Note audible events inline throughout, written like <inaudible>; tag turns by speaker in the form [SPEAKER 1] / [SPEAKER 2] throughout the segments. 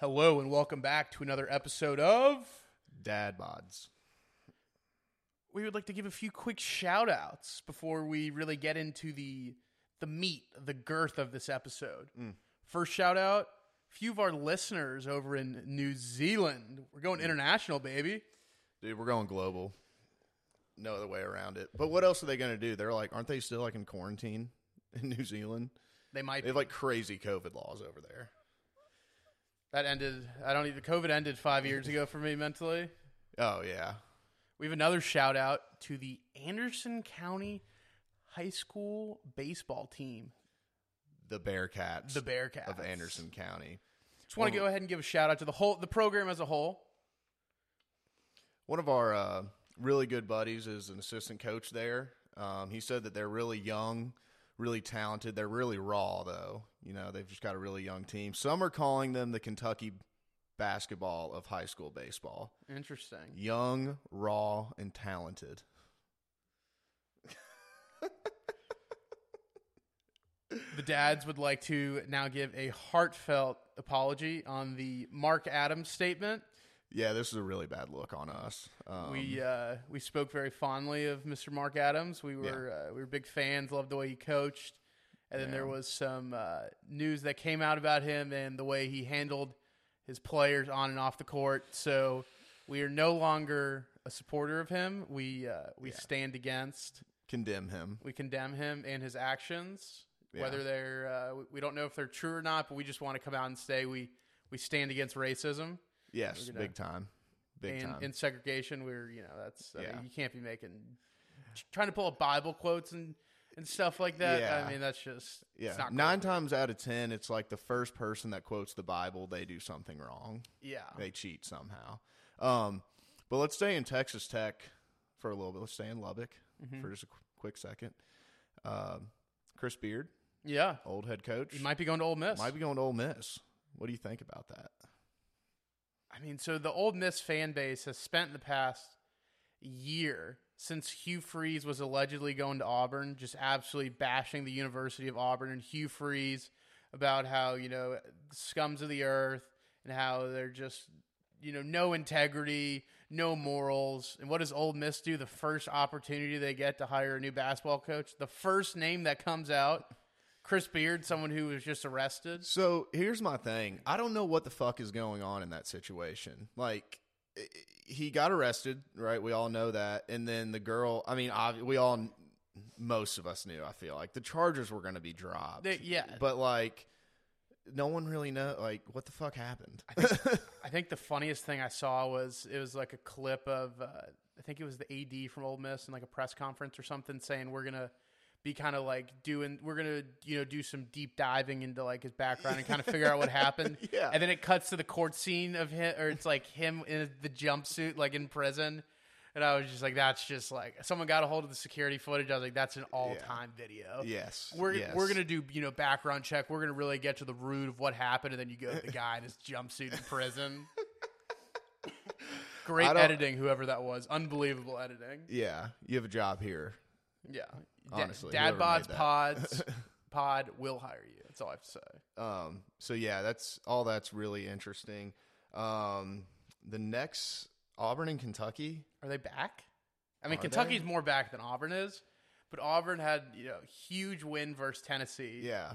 [SPEAKER 1] Hello and welcome back to another episode of.
[SPEAKER 2] Dad bods.
[SPEAKER 1] We would like to give a few quick shout outs before we really get into the the meat, the girth of this episode. First shout out, a few of our listeners over in New Zealand. We're going international, baby.
[SPEAKER 2] Dude, we're going global. No other way around it. But what else are they going to do? They're like, aren't they still like in quarantine <laughs> in New Zealand?
[SPEAKER 1] They might
[SPEAKER 2] They have like crazy COVID laws over there.
[SPEAKER 1] that ended I don't even COVID ended five years ago for me mentally.
[SPEAKER 2] Oh yeah,
[SPEAKER 1] We have another shout out to the Anderson County High School baseball team,
[SPEAKER 2] the Bearcats,
[SPEAKER 1] the Bearcats
[SPEAKER 2] of Anderson County.
[SPEAKER 1] Just want to go ahead and give a shout out to the whole the program as a whole.
[SPEAKER 2] One of our uh, really good buddies is an assistant coach there. Um, he said that they're really young, really talented. They're really raw though. You know, they've just got a really young team. Some are calling them the Kentucky basketball of high school baseball.
[SPEAKER 1] Interesting.
[SPEAKER 2] Young, raw, and talented.
[SPEAKER 1] The dads would like to now give a heartfelt apology on the Mark Adams statement.
[SPEAKER 2] Yeah, this is a really bad look on us. Um,
[SPEAKER 1] we uh, we spoke very fondly of Mr. Mark Adams. We were uh, we were big fans. Loved the way he coached. And then there was some uh, news that came out about him and the way he handled his players on and off the court. So we are no longer a supporter of him. We uh, we stand against.
[SPEAKER 2] condemn him.
[SPEAKER 1] We condemn him and his actions,
[SPEAKER 2] Yeah.
[SPEAKER 1] whether they're uh, we- we don't know if they're true or not, but we just want to come out and say we we stand against racism
[SPEAKER 2] Yes,
[SPEAKER 1] gonna-
[SPEAKER 2] big time,
[SPEAKER 1] and,
[SPEAKER 2] big time.
[SPEAKER 1] and segregation. We're you know that's I mean,
[SPEAKER 2] Yeah.
[SPEAKER 1] you can't be making trying to pull up Bible quotes and and stuff like that.
[SPEAKER 2] Yeah.
[SPEAKER 1] I mean that's just it's
[SPEAKER 2] yeah,
[SPEAKER 1] not
[SPEAKER 2] nine
[SPEAKER 1] cool.
[SPEAKER 2] times out of ten, it's like the first person that quotes the Bible, they do something wrong.
[SPEAKER 1] Yeah,
[SPEAKER 2] They cheat somehow. Um, but let's stay in Texas Tech for a little bit. Let's stay in Lubbock
[SPEAKER 1] Mm-hmm.
[SPEAKER 2] for just a qu- quick second. Um, Chris Beard,
[SPEAKER 1] yeah.
[SPEAKER 2] old head coach,
[SPEAKER 1] He might be going to Ole Miss.
[SPEAKER 2] might be going to Ole Miss. What do you think about that?
[SPEAKER 1] I mean, so the Old Miss fan base has spent the past year since Hugh Freeze was allegedly going to Auburn, just absolutely bashing the University of Auburn and Hugh Freeze about how, you know, scums of the earth and how they're just, you know, no integrity, no morals. And what does Old Miss do the first opportunity they get to hire a new basketball coach? The first name that comes out, Chris Beard, someone who was just arrested.
[SPEAKER 2] So here's my thing. I don't know what the fuck is going on in that situation. Like, i- i- he got arrested, right? We all know that. And then the girl, I mean, obvi- we all, most of us knew, I feel like the charges were going to be dropped.
[SPEAKER 1] They- yeah.
[SPEAKER 2] But, like, no one really know. Like, what the fuck happened? <laughs>
[SPEAKER 1] I think the funniest thing I saw was it was like a clip of uh, I think it was the AD from Ole Miss in like a press conference or something saying we're gonna be kind of like doing we're gonna you know do some deep diving into like his background and kind of figure out what happened.
[SPEAKER 2] Yeah.
[SPEAKER 1] And then it cuts to the court scene of him or it's like him in the jumpsuit like in prison. And I was just like, that's just like someone got a hold of the security footage. I was like, that's an all time video.
[SPEAKER 2] yes.
[SPEAKER 1] We're,
[SPEAKER 2] yes.
[SPEAKER 1] we're gonna do you know background check. We're gonna really get to the root of what happened, and then you go to the guy in his jumpsuit in
[SPEAKER 2] <laughs>
[SPEAKER 1] prison. Great
[SPEAKER 2] I don't-
[SPEAKER 1] editing, whoever that was. Unbelievable editing.
[SPEAKER 2] Yeah. You have a job here.
[SPEAKER 1] Yeah, Da-
[SPEAKER 2] Honestly,
[SPEAKER 1] Dad
[SPEAKER 2] whoever
[SPEAKER 1] bods
[SPEAKER 2] made that. <laughs>
[SPEAKER 1] pods pod will hire you. That's all I have to say.
[SPEAKER 2] Um, so yeah, that's all that's really interesting. Um, the next Auburn and Kentucky.
[SPEAKER 1] Are they back? I mean,
[SPEAKER 2] Are
[SPEAKER 1] Kentucky's
[SPEAKER 2] they?
[SPEAKER 1] more back than Auburn is, but Auburn had you know huge win versus Tennessee.
[SPEAKER 2] Yeah.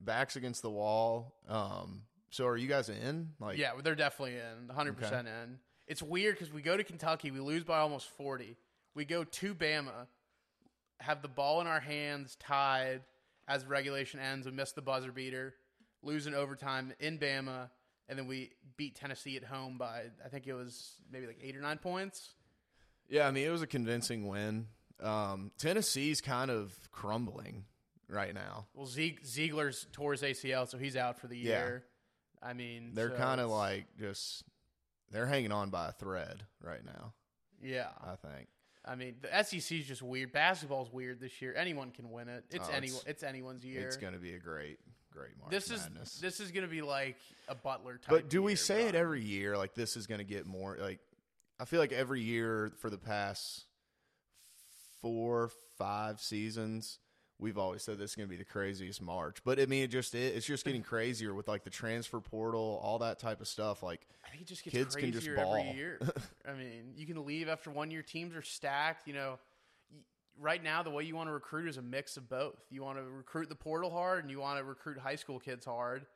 [SPEAKER 2] Backs against the wall. Um, so are you guys in? Like
[SPEAKER 1] Yeah, they're definitely in, 100% in. It's weird because we go to Kentucky, we lose by almost 40. We go to Bama, have the ball in our hands tied as regulation ends. We miss the buzzer beater, lose in overtime in Bama, and then we beat Tennessee at home by, I think it was maybe like eight or nine points.
[SPEAKER 2] Yeah, I mean it was a convincing win. Um, Tennessee's kind of crumbling right now.
[SPEAKER 1] Well, Zieg- Ziegler's tore his ACL, so he's out for the
[SPEAKER 2] Yeah.
[SPEAKER 1] year. I mean,
[SPEAKER 2] They're
[SPEAKER 1] so
[SPEAKER 2] kind of
[SPEAKER 1] it's-
[SPEAKER 2] like just they're hanging on by a thread right now,
[SPEAKER 1] yeah.
[SPEAKER 2] I think.
[SPEAKER 1] I mean, the SEC is just weird. Basketball's weird this year. Anyone can win it. It's
[SPEAKER 2] Oh,
[SPEAKER 1] any
[SPEAKER 2] it's-
[SPEAKER 1] it's anyone's year.
[SPEAKER 2] It's going to be a great great March
[SPEAKER 1] this
[SPEAKER 2] Madness.
[SPEAKER 1] is this is going to be like a Butler type.
[SPEAKER 2] But do we
[SPEAKER 1] year,
[SPEAKER 2] say
[SPEAKER 1] Rob.
[SPEAKER 2] it every year? Like this is going to get more. Like I feel like every year for the past four, five seasons, we've always said this is going to be the craziest March. But I mean, it just it, it's just getting crazier with like the transfer portal, all that type of stuff. Like
[SPEAKER 1] I think it just gets
[SPEAKER 2] Kids
[SPEAKER 1] crazier
[SPEAKER 2] can just ball.
[SPEAKER 1] every
[SPEAKER 2] <laughs>
[SPEAKER 1] year. I mean, you can leave after one year. Teams are stacked. You know, Y- right now the way you want to recruit is a mix of both. You want to recruit the portal hard, and you want to recruit high school kids hard.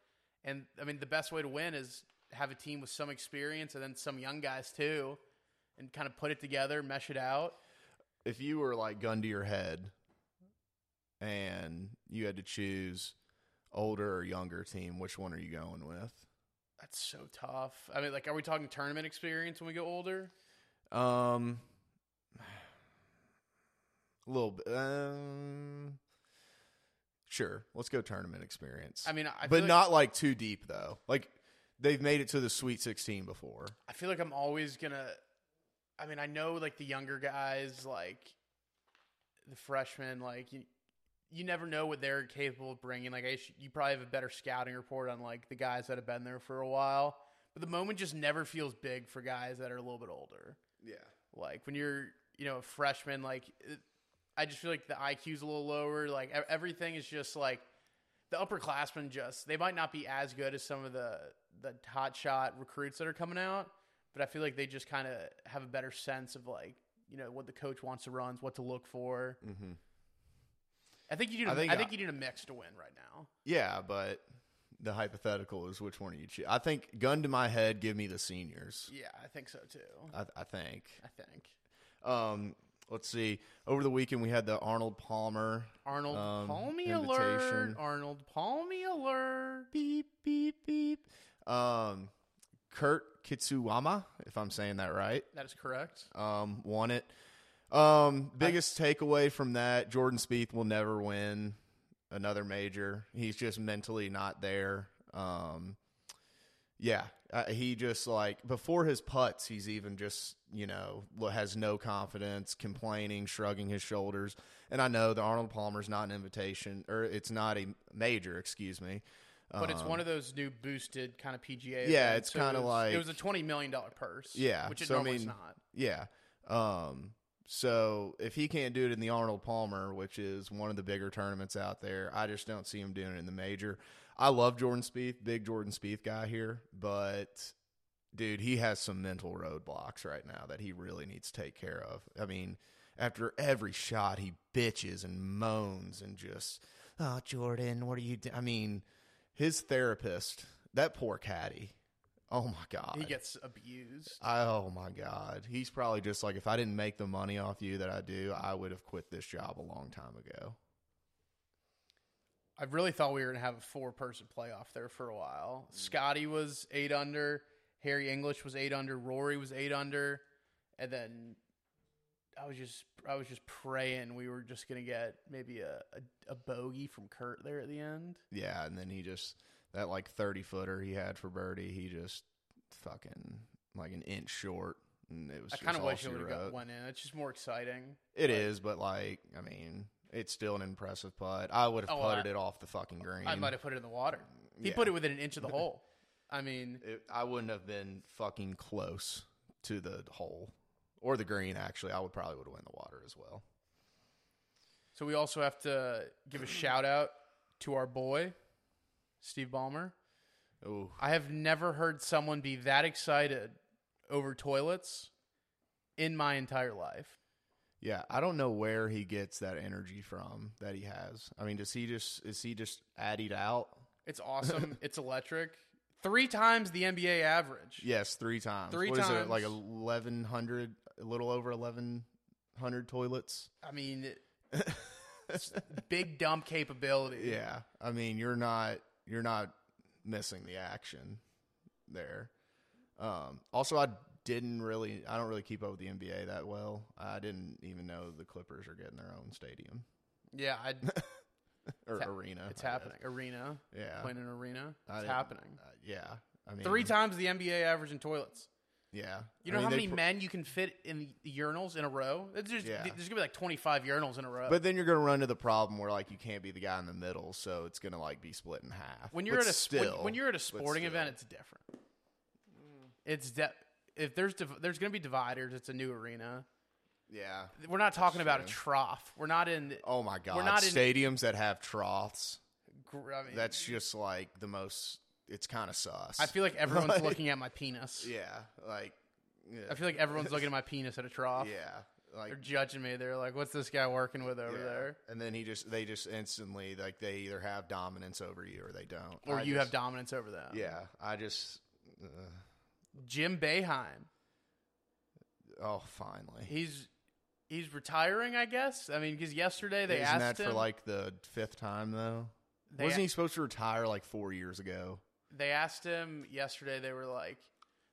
[SPEAKER 1] And I mean, the best way to win is have a team with some experience and then some young guys too, and kind of put it together, mesh it out.
[SPEAKER 2] if you were like gun to your head, and you had to choose older or younger team, which one are you going with?
[SPEAKER 1] That's so tough. I mean, like, are we talking tournament experience when we get older?
[SPEAKER 2] Um, a little bit. Um, sure. Let's go tournament experience.
[SPEAKER 1] I mean, I
[SPEAKER 2] but
[SPEAKER 1] feel like-
[SPEAKER 2] not like too deep though. Like they've made it to the Sweet 16 before.
[SPEAKER 1] I feel like I'm always gonna. I mean, I know like the younger guys, like the freshmen, like you, you never know what they're capable of bringing. Like I, sh- you probably have a better scouting report on like the guys that have been there for a while. But the moment just never feels big for guys that are a little bit older.
[SPEAKER 2] Yeah.
[SPEAKER 1] Like when you're, you know, a freshman, like it, I just feel like the IQ's a little lower. Like e- everything is just like the upperclassmen just they might not be as good as some of the the hot shot recruits that are coming out, but I feel like they just kind of have a better sense of like you know what the coach wants to run, what to look for.
[SPEAKER 2] hmm
[SPEAKER 1] I think you need. a Mm-hmm. I
[SPEAKER 2] I think
[SPEAKER 1] think,
[SPEAKER 2] I-
[SPEAKER 1] you need a mix to win right now.
[SPEAKER 2] Yeah, but the hypothetical is which one are you choose? I think gun to my head, give me the seniors.
[SPEAKER 1] Yeah, I think so too.
[SPEAKER 2] I, I think.
[SPEAKER 1] I think
[SPEAKER 2] Um, let's see. Over the weekend we had the Arnold Palmer.
[SPEAKER 1] Arnold
[SPEAKER 2] Um,
[SPEAKER 1] Palmy
[SPEAKER 2] invitation.
[SPEAKER 1] alert. Arnold Palmy alert.
[SPEAKER 2] Beep beep beep. Um, Kurt Kitsuwama, if I'm saying that right.
[SPEAKER 1] That is correct.
[SPEAKER 2] um, won it. Um, biggest takeaway from that: Jordan Spieth will never win another major. He's just mentally not there. Um, yeah, uh, he just like before his putts, he's even just you know lo- has no confidence, complaining, shrugging his shoulders. And I know the Arnold Palmer's not an invitation, or it's not a major. Excuse me.
[SPEAKER 1] But it's
[SPEAKER 2] Um,
[SPEAKER 1] one of those new boosted kind of PGA.
[SPEAKER 2] Yeah,
[SPEAKER 1] events,
[SPEAKER 2] it's
[SPEAKER 1] so it
[SPEAKER 2] kinda
[SPEAKER 1] was-
[SPEAKER 2] like-
[SPEAKER 1] it was a twenty million dollar purse.
[SPEAKER 2] Yeah,
[SPEAKER 1] which it
[SPEAKER 2] so, I
[SPEAKER 1] normally is
[SPEAKER 2] mean,
[SPEAKER 1] not.
[SPEAKER 2] Yeah. Um, so if he can't do it in the Arnold Palmer, which is one of the bigger tournaments out there, I just don't see him doing it in the major. I love Jordan Spieth, big Jordan Spieth guy here, but dude, he has some mental roadblocks right now that he really needs to take care of. I mean, after every shot, he bitches and moans and just, oh, Jordan, what are you doing? I mean, his therapist, that poor caddy. Oh my God.
[SPEAKER 1] He gets abused.
[SPEAKER 2] I- Oh my God. He's probably just like, if I didn't make the money off you that I do, I would have quit this job a long time ago.
[SPEAKER 1] I really thought we were going to have a four person playoff there for a
[SPEAKER 2] Mm.
[SPEAKER 1] while. Scotty was eight under. Harry English was eight under. Rory was eight under. And then I was just I was just praying we were just going to get maybe a, a, a bogey from Kurt there at the end.
[SPEAKER 2] Yeah. And then he just, that like 30 footer he had for Birdie, he just fucking like an inch short. And it was
[SPEAKER 1] I
[SPEAKER 2] just
[SPEAKER 1] kind of
[SPEAKER 2] all
[SPEAKER 1] wish
[SPEAKER 2] she
[SPEAKER 1] it would
[SPEAKER 2] wrote.
[SPEAKER 1] have went in. It's just more exciting.
[SPEAKER 2] It is, but like, I mean, it's still an impressive putt. I would have
[SPEAKER 1] Oh,
[SPEAKER 2] putted
[SPEAKER 1] I-
[SPEAKER 2] it off the fucking green.
[SPEAKER 1] I might have put it in the water. He
[SPEAKER 2] Yeah.
[SPEAKER 1] put it within an
[SPEAKER 2] <laughs>
[SPEAKER 1] inch of the hole. I mean,
[SPEAKER 2] It, I wouldn't have been fucking close to the hole or the green, actually. I would probably would have went in the water as well.
[SPEAKER 1] so we also have to give a shout out to our boy Steve Ballmer.
[SPEAKER 2] Ooh.
[SPEAKER 1] I have never heard someone be that excited over toilets in my entire life.
[SPEAKER 2] Yeah, I don't know where he gets that energy from that he has. I mean, does he just is he just addied out?
[SPEAKER 1] It's
[SPEAKER 2] <laughs>
[SPEAKER 1] awesome. it's electric. Three times the NBA average.
[SPEAKER 2] Yes, three times.
[SPEAKER 1] Three
[SPEAKER 2] What is
[SPEAKER 1] times.
[SPEAKER 2] it like eleven hundred, a little over eleven hundred toilets?
[SPEAKER 1] I mean, it-
[SPEAKER 2] <laughs>
[SPEAKER 1] it's big dump capability.
[SPEAKER 2] Yeah, I mean, you're not you're not missing the action there. Um, also, I didn't really I don't really keep up with the NBA that well. I didn't even know the Clippers are getting their own stadium
[SPEAKER 1] Yeah,
[SPEAKER 2] <laughs>
[SPEAKER 1] I,
[SPEAKER 2] or
[SPEAKER 1] It's hap-
[SPEAKER 2] arena.
[SPEAKER 1] it's
[SPEAKER 2] I guess.
[SPEAKER 1] happening. Arena,
[SPEAKER 2] Yeah,
[SPEAKER 1] playing an arena.
[SPEAKER 2] I
[SPEAKER 1] It's
[SPEAKER 2] didn't-
[SPEAKER 1] happening.
[SPEAKER 2] Uh, yeah. I mean,
[SPEAKER 1] Three times the NBA average in toilets.
[SPEAKER 2] Yeah.
[SPEAKER 1] You
[SPEAKER 2] I
[SPEAKER 1] know
[SPEAKER 2] mean,
[SPEAKER 1] how
[SPEAKER 2] they
[SPEAKER 1] many
[SPEAKER 2] pr-
[SPEAKER 1] men you can fit in the urinals in a row? It's just-
[SPEAKER 2] Yeah.
[SPEAKER 1] There's gonna be like 25 urinals in a row.
[SPEAKER 2] But then you're going to run to the problem where like you can't be the guy in the middle, so it's going to like be split in half.
[SPEAKER 1] when you're
[SPEAKER 2] But
[SPEAKER 1] at a
[SPEAKER 2] still,
[SPEAKER 1] when, when you're at a
[SPEAKER 2] but
[SPEAKER 1] sporting
[SPEAKER 2] still.
[SPEAKER 1] event, it's different. It's de- if there's div- there's going to be dividers. It's a new arena.
[SPEAKER 2] Yeah.
[SPEAKER 1] We're not talking about a
[SPEAKER 2] true.
[SPEAKER 1] trough. We're not in.
[SPEAKER 2] Oh my God.
[SPEAKER 1] not in-
[SPEAKER 2] Stadiums that have troughs.
[SPEAKER 1] gr- I mean,
[SPEAKER 2] That's just like the most. It's kind of sus.
[SPEAKER 1] I feel like everyone's
[SPEAKER 2] <laughs> Like-
[SPEAKER 1] looking at my penis.
[SPEAKER 2] Yeah. Like. Yeah.
[SPEAKER 1] I feel like everyone's looking at my penis at a trough.
[SPEAKER 2] yeah. Like
[SPEAKER 1] They're judging me. They're like, "What's this guy working with over
[SPEAKER 2] yeah.
[SPEAKER 1] there?"
[SPEAKER 2] And then he just they just instantly like they either have dominance over you or they don't.
[SPEAKER 1] Or
[SPEAKER 2] I
[SPEAKER 1] you have
[SPEAKER 2] just-
[SPEAKER 1] dominance over them.
[SPEAKER 2] Yeah. I just. Uh,
[SPEAKER 1] Jim Beheim.
[SPEAKER 2] oh, finally.
[SPEAKER 1] He's he's retiring, I guess. I mean, because yesterday they
[SPEAKER 2] Isn't
[SPEAKER 1] asked
[SPEAKER 2] that
[SPEAKER 1] him.
[SPEAKER 2] for like the fifth time though?
[SPEAKER 1] they,
[SPEAKER 2] Wasn't he supposed to retire like four years ago?
[SPEAKER 1] they asked him yesterday. They were like,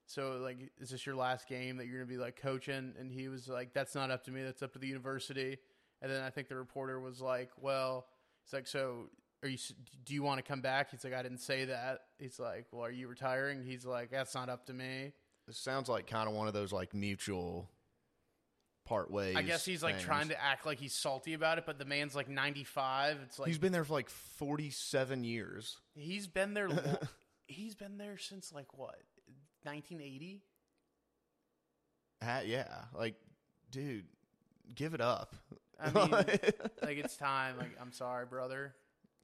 [SPEAKER 1] "So, like, is this your last game that you're gonna be like coaching?" And he was like, "That's not up to me. That's up to the university." And then I think the reporter was like, "Well, it's like, so are you? s- Do you want to come back?" He's like, "I didn't say that." He's like, "Well, are you retiring?" He's like, "That's not up to me."
[SPEAKER 2] This sounds like kind of one of those like mutual part ways.
[SPEAKER 1] I guess he's like
[SPEAKER 2] things.
[SPEAKER 1] trying to act like he's salty about it, but the man's like 95. It's like
[SPEAKER 2] he's been there for like forty-seven years.
[SPEAKER 1] He's been
[SPEAKER 2] <laughs>
[SPEAKER 1] there. lo- he's been there since like what, 1980?
[SPEAKER 2] Ha- yeah, like, dude, give it up.
[SPEAKER 1] I
[SPEAKER 2] <laughs>
[SPEAKER 1] mean, like it's time. Like I'm sorry, brother.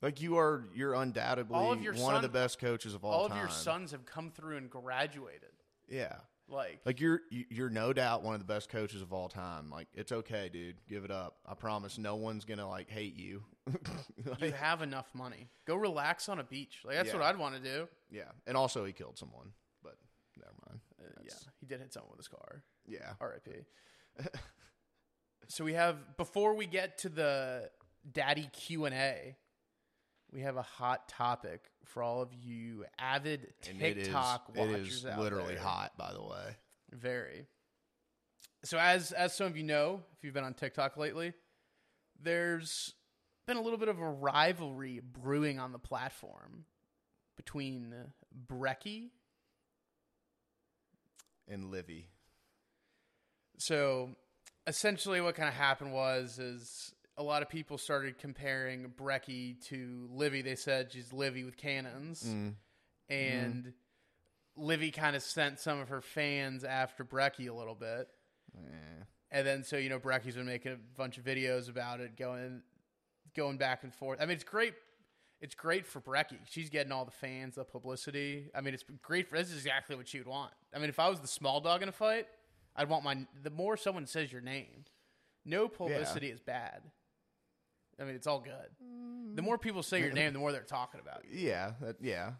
[SPEAKER 2] Like, you are you're undoubtedly
[SPEAKER 1] All of your
[SPEAKER 2] one of the
[SPEAKER 1] son-
[SPEAKER 2] best coaches of all,
[SPEAKER 1] All, of
[SPEAKER 2] time.
[SPEAKER 1] your sons have come through and graduated.
[SPEAKER 2] Yeah,
[SPEAKER 1] Like,
[SPEAKER 2] like you're you- you're no doubt one of the best coaches of all time. Like, it's okay, dude. Give it up. I promise, no one's gonna like hate you. <laughs>
[SPEAKER 1] you
[SPEAKER 2] Like,
[SPEAKER 1] have enough money. Go relax on a beach. Like that's what
[SPEAKER 2] Yeah.
[SPEAKER 1] I'd want to do.
[SPEAKER 2] yeah, and also he killed someone, but never mind.
[SPEAKER 1] Uh, yeah,
[SPEAKER 2] That's-
[SPEAKER 1] he did hit someone with his car.
[SPEAKER 2] Yeah.
[SPEAKER 1] R.I.P. so we have before we get to the daddy Q and A, we have a hot topic for all of you avid
[SPEAKER 2] And it is-
[SPEAKER 1] TikTok
[SPEAKER 2] it
[SPEAKER 1] watchers.
[SPEAKER 2] is
[SPEAKER 1] out
[SPEAKER 2] literally
[SPEAKER 1] there.
[SPEAKER 2] hot, by the way.
[SPEAKER 1] Very. So as as some of you know, if you've been on TikTok lately, there's been a little bit of a rivalry brewing on the platform between Brecky.
[SPEAKER 2] And Livy.
[SPEAKER 1] So essentially what kind of happened was is a lot of people started comparing Brecky to Livy. They said she's Livy with cannons. And Livy kind of sent some of her fans after Brecky a little bit.
[SPEAKER 2] Eh.
[SPEAKER 1] And then so you know Bracky's been making a bunch of videos about it, going going back and forth. I mean, it's great. It's great for Brecky. She's getting all the fans, the publicity. I mean, it's great for. This is exactly what you'd want. I mean, if I was the small dog in a fight, I'd want my. The more someone says your name, no publicity is bad. I mean, it's all good. The more people say your name, the more they're talking about you.
[SPEAKER 2] Yeah, that, yeah.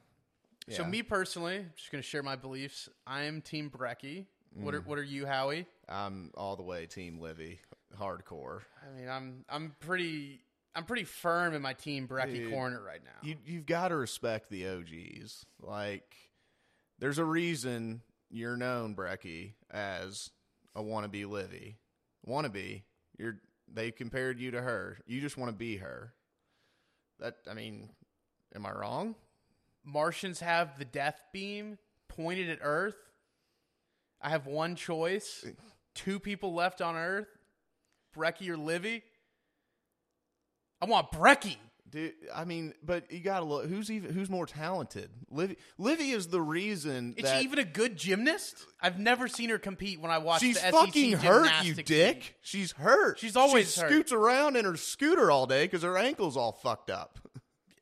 [SPEAKER 1] So
[SPEAKER 2] Yeah.
[SPEAKER 1] me personally, I'm just going to share my beliefs. I am Team Brecky. What are What are you, Howie?
[SPEAKER 2] I'm all the way team Livy, hardcore.
[SPEAKER 1] I mean, I'm I'm pretty I'm pretty firm in my team Brecky
[SPEAKER 2] Dude,
[SPEAKER 1] corner right now.
[SPEAKER 2] You you've got to respect the OGs. Like, there's a reason you're known, Brecky, as a wannabe Livy. Wannabe, you're. They compared you to her. You just want to be her. That I mean, am I wrong?
[SPEAKER 1] Martians have the death beam pointed at Earth. I have one choice. Two people left on Earth. Brecky or Livy. I want Brecky.
[SPEAKER 2] Dude, I mean, but you gotta look. Who's even? Who's more talented? Livy. Livy is the reason
[SPEAKER 1] Is
[SPEAKER 2] that
[SPEAKER 1] she even a good gymnast? I've never seen her compete when I watch
[SPEAKER 2] she's
[SPEAKER 1] the SEC
[SPEAKER 2] fucking hurt, you
[SPEAKER 1] gymnastics
[SPEAKER 2] dick.
[SPEAKER 1] league.
[SPEAKER 2] She's hurt.
[SPEAKER 1] She's always
[SPEAKER 2] she
[SPEAKER 1] hurt.
[SPEAKER 2] scoots around in her scooter all day because her ankle's all fucked up.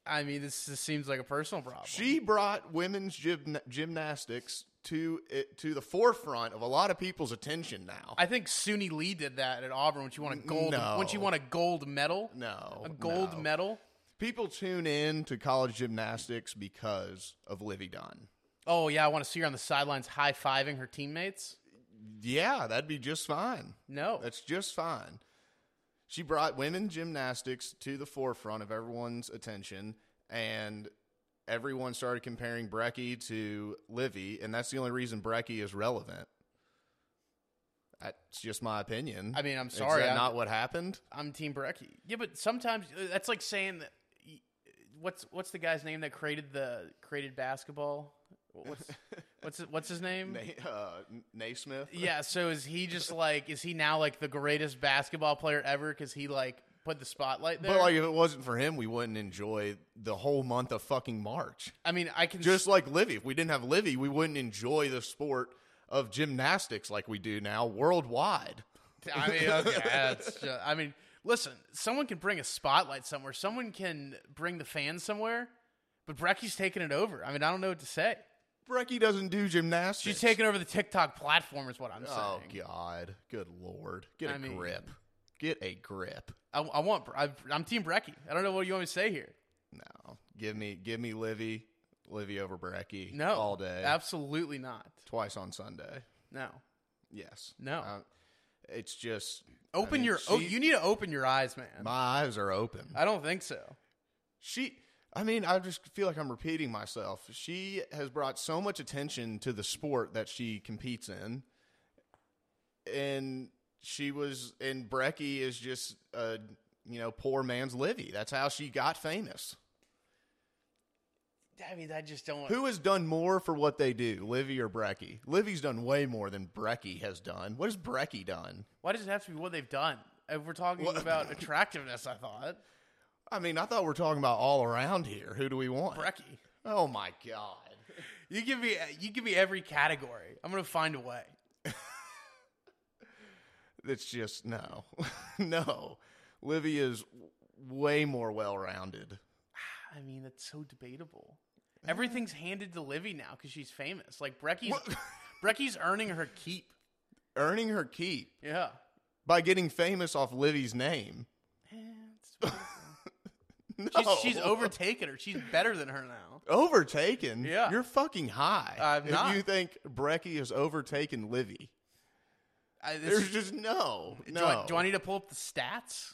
[SPEAKER 1] I mean, this just seems like a personal problem.
[SPEAKER 2] She brought women's gym- gymnastics to it, to the forefront of a lot of people's attention now.
[SPEAKER 1] I think Suni Lee did that at Auburn when she won a gold
[SPEAKER 2] No.
[SPEAKER 1] when she won a gold medal.
[SPEAKER 2] no,
[SPEAKER 1] a gold
[SPEAKER 2] no.
[SPEAKER 1] medal.
[SPEAKER 2] People tune in to college gymnastics because of Livy Dunn.
[SPEAKER 1] Oh yeah, I want to see her on the sidelines high fiving her teammates.
[SPEAKER 2] Yeah, that'd be just fine.
[SPEAKER 1] No,
[SPEAKER 2] That's just fine. She brought women gymnastics to the forefront of everyone's attention, and everyone started comparing Brecky to Livy, and that's the only reason Brecky is relevant. That's just my opinion.
[SPEAKER 1] I mean, I'm
[SPEAKER 2] Is
[SPEAKER 1] sorry,
[SPEAKER 2] that
[SPEAKER 1] I'm-
[SPEAKER 2] not
[SPEAKER 1] <laughs>
[SPEAKER 2] what happened.
[SPEAKER 1] I'm Team Brecky. Yeah, but sometimes uh, that's like saying that. uh, What's what's the guy's name that created the created basketball? What's
[SPEAKER 2] <laughs>
[SPEAKER 1] what's his- what's his name?
[SPEAKER 2] Na- uh, Naismith.
[SPEAKER 1] Yeah. So is he just like is he now like the greatest basketball player ever because he like put the spotlight there?
[SPEAKER 2] But like, if it wasn't for him, we wouldn't enjoy the whole month of fucking March.
[SPEAKER 1] I mean, I can
[SPEAKER 2] Just like Livy, if we didn't have Livy, we wouldn't enjoy the sport of gymnastics like we do now worldwide.
[SPEAKER 1] I
[SPEAKER 2] <laughs>
[SPEAKER 1] mean, okay, that's just, I mean, listen, someone can bring a spotlight somewhere. Someone can bring the fans somewhere. But Brecky's taking it over. I mean, I don't know what to say.
[SPEAKER 2] Brecky doesn't do gymnastics.
[SPEAKER 1] She's taking over the TikTok platform, is what I'm
[SPEAKER 2] Oh
[SPEAKER 1] saying.
[SPEAKER 2] God, good lord, get a
[SPEAKER 1] I mean-
[SPEAKER 2] grip, get a grip.
[SPEAKER 1] I, I want. I, I'm Team Brecky. I don't know what you want me to say here.
[SPEAKER 2] No, give me, give me Livy, Livy over Brecky.
[SPEAKER 1] No,
[SPEAKER 2] all day,
[SPEAKER 1] Absolutely not.
[SPEAKER 2] twice on Sunday.
[SPEAKER 1] No.
[SPEAKER 2] Yes,
[SPEAKER 1] No.
[SPEAKER 2] Uh, it's just
[SPEAKER 1] Open
[SPEAKER 2] mean,
[SPEAKER 1] your. oh,
[SPEAKER 2] she-
[SPEAKER 1] you need to open your eyes, man.
[SPEAKER 2] my eyes are open.
[SPEAKER 1] I don't think so.
[SPEAKER 2] she i mean i just feel like i'm repeating myself she has brought so much attention to the sport that she competes in and she was and brecky is just a you know poor man's livy that's how she got famous
[SPEAKER 1] I mean, I just don't.
[SPEAKER 2] who has done more for what they do livy or brecky livy's done way more than brecky has done what has brecky done
[SPEAKER 1] Why does it have to be what they've done? If we're talking
[SPEAKER 2] What-
[SPEAKER 1] about attractiveness, I thought
[SPEAKER 2] i mean i thought we are talking about all around here who do we want
[SPEAKER 1] Brecky.
[SPEAKER 2] oh my god
[SPEAKER 1] You give me. You give me every category. I'm gonna find a way.
[SPEAKER 2] It's just no, <laughs> no. Livy is way more well-rounded.
[SPEAKER 1] I mean, that's so debatable. Everything's handed to Livy now because she's famous. Like Brecky's,
[SPEAKER 2] What? <laughs>
[SPEAKER 1] Brecky's earning her keep.
[SPEAKER 2] Earning her keep
[SPEAKER 1] Yeah.
[SPEAKER 2] by getting famous off Livy's name.
[SPEAKER 1] She's,
[SPEAKER 2] No,
[SPEAKER 1] she's overtaken her. She's better than her now.
[SPEAKER 2] overtaken.
[SPEAKER 1] Yeah.
[SPEAKER 2] you're fucking high.
[SPEAKER 1] I'm
[SPEAKER 2] if
[SPEAKER 1] not.
[SPEAKER 2] you think Brecky has overtaken Livy,
[SPEAKER 1] I, this-
[SPEAKER 2] there's just no,
[SPEAKER 1] do,
[SPEAKER 2] no.
[SPEAKER 1] I, do I need to pull up the stats?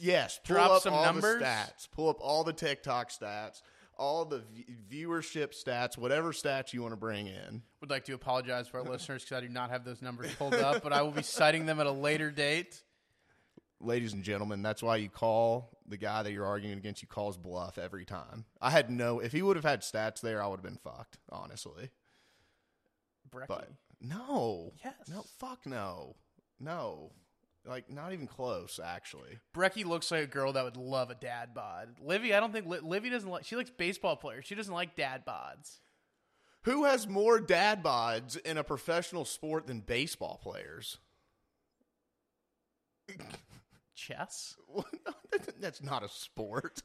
[SPEAKER 2] yes, pull
[SPEAKER 1] drop
[SPEAKER 2] up
[SPEAKER 1] some
[SPEAKER 2] all
[SPEAKER 1] numbers?
[SPEAKER 2] the stats. Pull up all the TikTok stats, all the v- viewership stats, whatever stats you want to bring in.
[SPEAKER 1] Would like to apologize to our listeners because I do not have those numbers pulled up, but I will be citing them at a later date.
[SPEAKER 2] ladies and gentlemen, that's why you call the guy that you're arguing against. You calls bluff every time. I had no. If he would have had stats there, I would have been fucked. Honestly,
[SPEAKER 1] Brecky.
[SPEAKER 2] but no.
[SPEAKER 1] Yes.
[SPEAKER 2] No. Fuck no. No. Like not even close. Actually,
[SPEAKER 1] Brecky looks like a girl that would love a dad bod. Livy, I don't think Li- Livy doesn't like. She likes baseball players. She doesn't like dad bods.
[SPEAKER 2] who has more dad bods in a professional sport than baseball players? <laughs>
[SPEAKER 1] Chess.
[SPEAKER 2] Well, no, that- that's not a sport.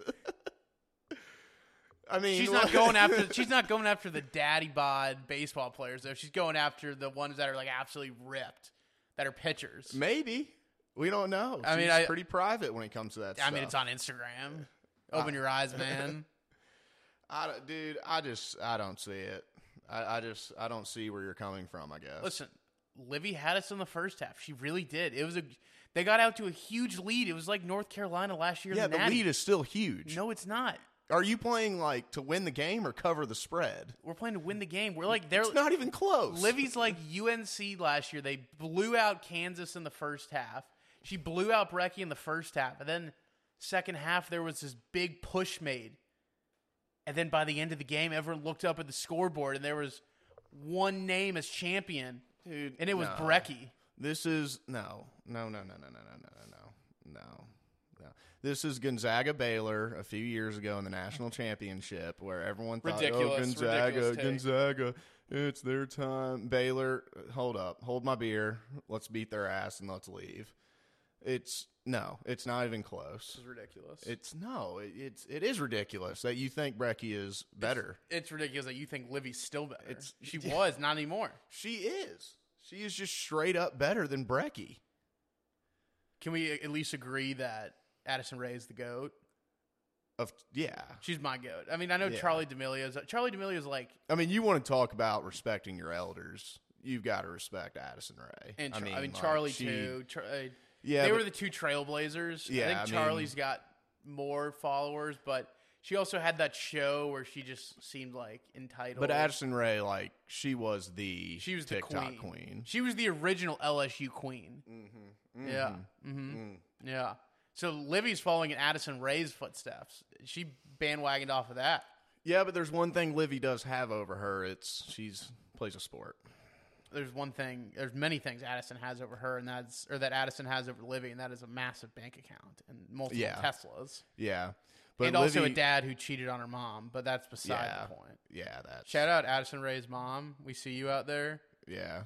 [SPEAKER 2] <laughs> I mean,
[SPEAKER 1] She's not going after. She's not going after the daddy bod baseball players though. She's going after the ones that are like absolutely ripped, that are pitchers.
[SPEAKER 2] <laughs> Maybe we don't know.
[SPEAKER 1] I mean,
[SPEAKER 2] She's
[SPEAKER 1] I-
[SPEAKER 2] pretty private when it comes to that.
[SPEAKER 1] I mean, it's on
[SPEAKER 2] stuff.
[SPEAKER 1] Instagram. Open your eyes, man.
[SPEAKER 2] I don't- dude, I just I don't see it. I, I just I don't see where you're coming from. I guess.
[SPEAKER 1] Listen, Livy had us in the first half. She really did. It was a. They got out to a huge lead. It was like North Carolina last year. in
[SPEAKER 2] yeah, the
[SPEAKER 1] Natty.
[SPEAKER 2] lead is still huge.
[SPEAKER 1] No, it's not.
[SPEAKER 2] Are you playing like to win the game or cover the spread?
[SPEAKER 1] We're playing to win the game. We're like they're
[SPEAKER 2] It's not even close.
[SPEAKER 1] Livy's like UNC last year. They blew out Kansas in the first half. She blew out Brecky in the first half. And then second half there was this big push made. And then by the end of the game, everyone looked up at the scoreboard and there was one name as champion.
[SPEAKER 2] dude,
[SPEAKER 1] And it was
[SPEAKER 2] no.
[SPEAKER 1] Brecky.
[SPEAKER 2] This is no, no, no, no, no, no, no, no, no, no, no, no. This is Gonzaga Baylor a few years ago in the national championship, where everyone thought, "Oh,
[SPEAKER 1] Ridiculous,
[SPEAKER 2] Gonzaga,
[SPEAKER 1] ridiculous take.
[SPEAKER 2] Gonzaga, it's their time." Baylor, hold up, hold my beer. Let's beat their ass and let's leave. It's no, it's not even close.
[SPEAKER 1] ridiculous.
[SPEAKER 2] It's no, it, it's it is ridiculous that you think Brecky is better.
[SPEAKER 1] it's ridiculous that you think Livy's still better.
[SPEAKER 2] It's-
[SPEAKER 1] she was, not anymore.
[SPEAKER 2] she is. She is just straight up better than Brecky.
[SPEAKER 1] Can we at least agree that Addison Ray is the GOAT?
[SPEAKER 2] Of yeah,
[SPEAKER 1] She's my GOAT. I mean, I know
[SPEAKER 2] Yeah.
[SPEAKER 1] Charlie D'Amelio's. Charlie D'Amelio's like
[SPEAKER 2] I mean, you want to talk about respecting your elders. You've got to respect Addison Ray.
[SPEAKER 1] And Char- I mean,
[SPEAKER 2] like,
[SPEAKER 1] Charlie
[SPEAKER 2] she-
[SPEAKER 1] too. Char- uh,
[SPEAKER 2] Yeah,
[SPEAKER 1] they
[SPEAKER 2] but-
[SPEAKER 1] were the two trailblazers.
[SPEAKER 2] Yeah,
[SPEAKER 1] I
[SPEAKER 2] I
[SPEAKER 1] think Charlie's got more followers, but she also had that show where she just seemed like entitled.
[SPEAKER 2] But Addison Ray, like, she was the
[SPEAKER 1] she was the
[SPEAKER 2] TikTok
[SPEAKER 1] queen. She was the original LSU queen.
[SPEAKER 2] Mm-hmm.
[SPEAKER 1] Yeah, hmm
[SPEAKER 2] Mm.
[SPEAKER 1] yeah. So Livy's following in Addison Ray's footsteps. She bandwagoned off of that.
[SPEAKER 2] Yeah, but there's one thing Livy does have over her. It's she's plays a sport.
[SPEAKER 1] There's one thing. There's many things Addison has over her, and that's or that Addison has over Livy, and that is a massive bank account and multiple
[SPEAKER 2] Yeah.
[SPEAKER 1] Teslas.
[SPEAKER 2] Yeah, but
[SPEAKER 1] and also a
[SPEAKER 2] Livy-
[SPEAKER 1] dad who cheated on her mom, but that's beside
[SPEAKER 2] Yeah.
[SPEAKER 1] the point.
[SPEAKER 2] Yeah, that's
[SPEAKER 1] Shout out Addison Ray's mom. We see you out there.
[SPEAKER 2] yeah.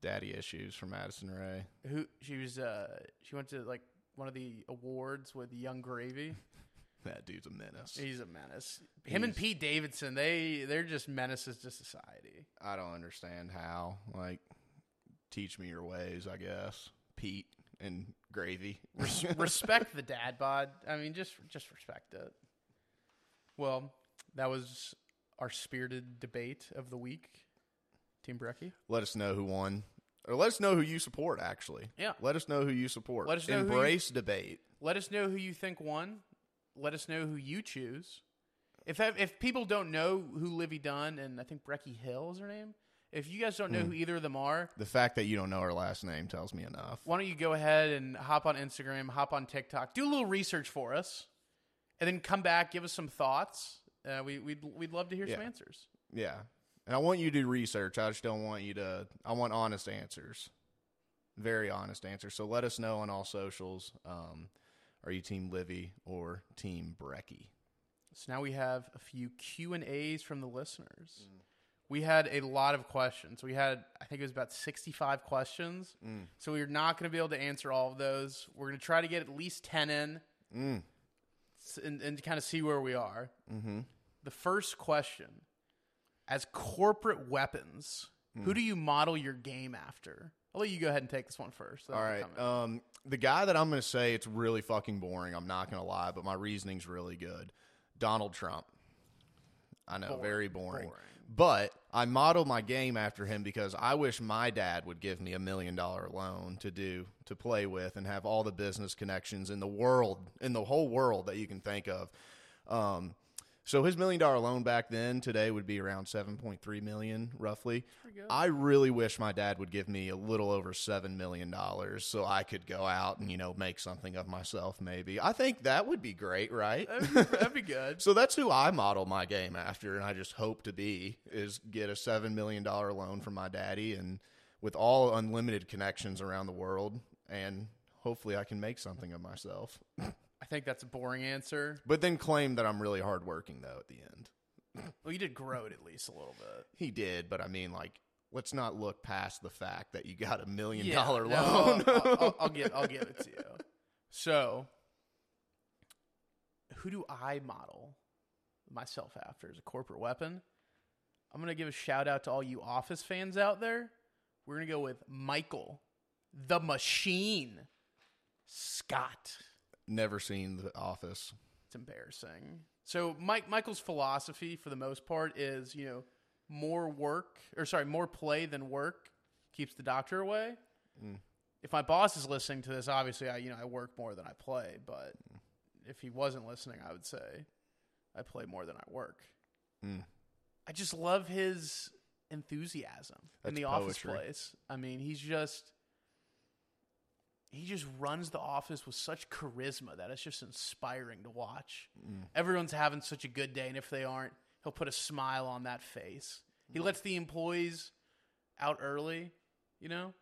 [SPEAKER 2] daddy issues for Madison Ray.
[SPEAKER 1] Who she was? Uh, she went to like one of the awards with Young Gravy.
[SPEAKER 2] That dude's a menace.
[SPEAKER 1] He's a menace. Him and
[SPEAKER 2] He's-
[SPEAKER 1] Pete Davidson, they they're just menaces to society.
[SPEAKER 2] I don't understand how. Like, teach me your ways, I guess. Pete and
[SPEAKER 1] <laughs>
[SPEAKER 2] gravy.
[SPEAKER 1] Res- respect the dad bod. I mean, just just respect it. Well, that was our spirited debate of the week, Team Brecky.
[SPEAKER 2] let us know who won, or let us know who you support. Actually,
[SPEAKER 1] Yeah.
[SPEAKER 2] Let us know who you support.
[SPEAKER 1] Let us know who you-
[SPEAKER 2] Embrace debate.
[SPEAKER 1] Let us know who you think won. Let us know who you choose. If I- if people don't know who Livy Dunn and I think Brecky Hill is her name, if you guys don't know who either of them are,
[SPEAKER 2] The fact that you don't know her last name tells me enough.
[SPEAKER 1] why don't you go ahead and hop on Instagram, hop on TikTok, do a little research for us, and then come back, give us some thoughts. Uh, we, we'd, we'd love to hear some
[SPEAKER 2] Yeah.
[SPEAKER 1] answers.
[SPEAKER 2] Yeah, and I want you to do research. I just don't want you to. I want honest answers, very honest answers. So let us know on all socials. Um, are you Team Livy or Team Brecky?
[SPEAKER 1] So now we have a few Q and A's from the listeners.
[SPEAKER 2] Mm.
[SPEAKER 1] We had a lot of questions. We had, I think it was about 65 questions.
[SPEAKER 2] Mm.
[SPEAKER 1] So we're not going to be able to answer all of those. We're going to try to get at least 10 in
[SPEAKER 2] Mm.
[SPEAKER 1] s- and, and kind of see where we are.
[SPEAKER 2] Mm-hmm.
[SPEAKER 1] The first question as corporate weapons,
[SPEAKER 2] Mm.
[SPEAKER 1] who do you model your game after? I'll let you go ahead and take this one first. then
[SPEAKER 2] All
[SPEAKER 1] I'll
[SPEAKER 2] right.
[SPEAKER 1] come in.
[SPEAKER 2] Um, the guy that I'm going to say it's really fucking boring. I'm not going to lie, but my reasoning's really good. Donald Trump. I know, very boring.
[SPEAKER 1] boring.
[SPEAKER 2] But I model my game after him because I wish my dad would give me a million dollar loan to do to play with and have all the business connections in the world, in the whole world that you can think of. Um, so his million dollar loan back then today would be around 7.3 million roughly. I really wish my dad would give me a little over 7 million dollars so I could go out and you know make something of myself maybe. I think that would be great, right? <laughs>
[SPEAKER 1] That'd be- that'd be good.
[SPEAKER 2] so that's who I model my game after and I just hope to be is get a 7 million dollar loan from my daddy and with all unlimited connections around the world and hopefully I can make something of myself.
[SPEAKER 1] I think that's a boring answer.
[SPEAKER 2] But then claim that I'm really hardworking though at the end.
[SPEAKER 1] Well, you did grow it at least a little bit.
[SPEAKER 2] He did, but I mean, like, let's not look past the fact that you got a million
[SPEAKER 1] Yeah,
[SPEAKER 2] dollar
[SPEAKER 1] no,
[SPEAKER 2] <laughs> loan.
[SPEAKER 1] I'll, I'll- I'll give I'll give it to you. So, who do I model myself after as a corporate weapon? I'm gonna give a shout out to all you Office fans out there. We're gonna go with Michael, the Machine, Scott.
[SPEAKER 2] Never seen The Office.
[SPEAKER 1] It's embarrassing. So Mike Michael's philosophy for the most part is, you know, more work or sorry, more play than work keeps the doctor away. If my boss is listening to this, obviously I you know, I work more than I play, but if he wasn't listening, I would say I play more than I work.
[SPEAKER 2] Mm.
[SPEAKER 1] I just love his enthusiasm in
[SPEAKER 2] That's
[SPEAKER 1] the office
[SPEAKER 2] poetry.
[SPEAKER 1] place. I mean, he's just he just runs the office with such charisma that it's just inspiring to watch.
[SPEAKER 2] Hmm.
[SPEAKER 1] Everyone's having such a good day, and if they aren't, he'll put a smile on that face. He
[SPEAKER 2] Hmm.
[SPEAKER 1] lets the employees out early, you know?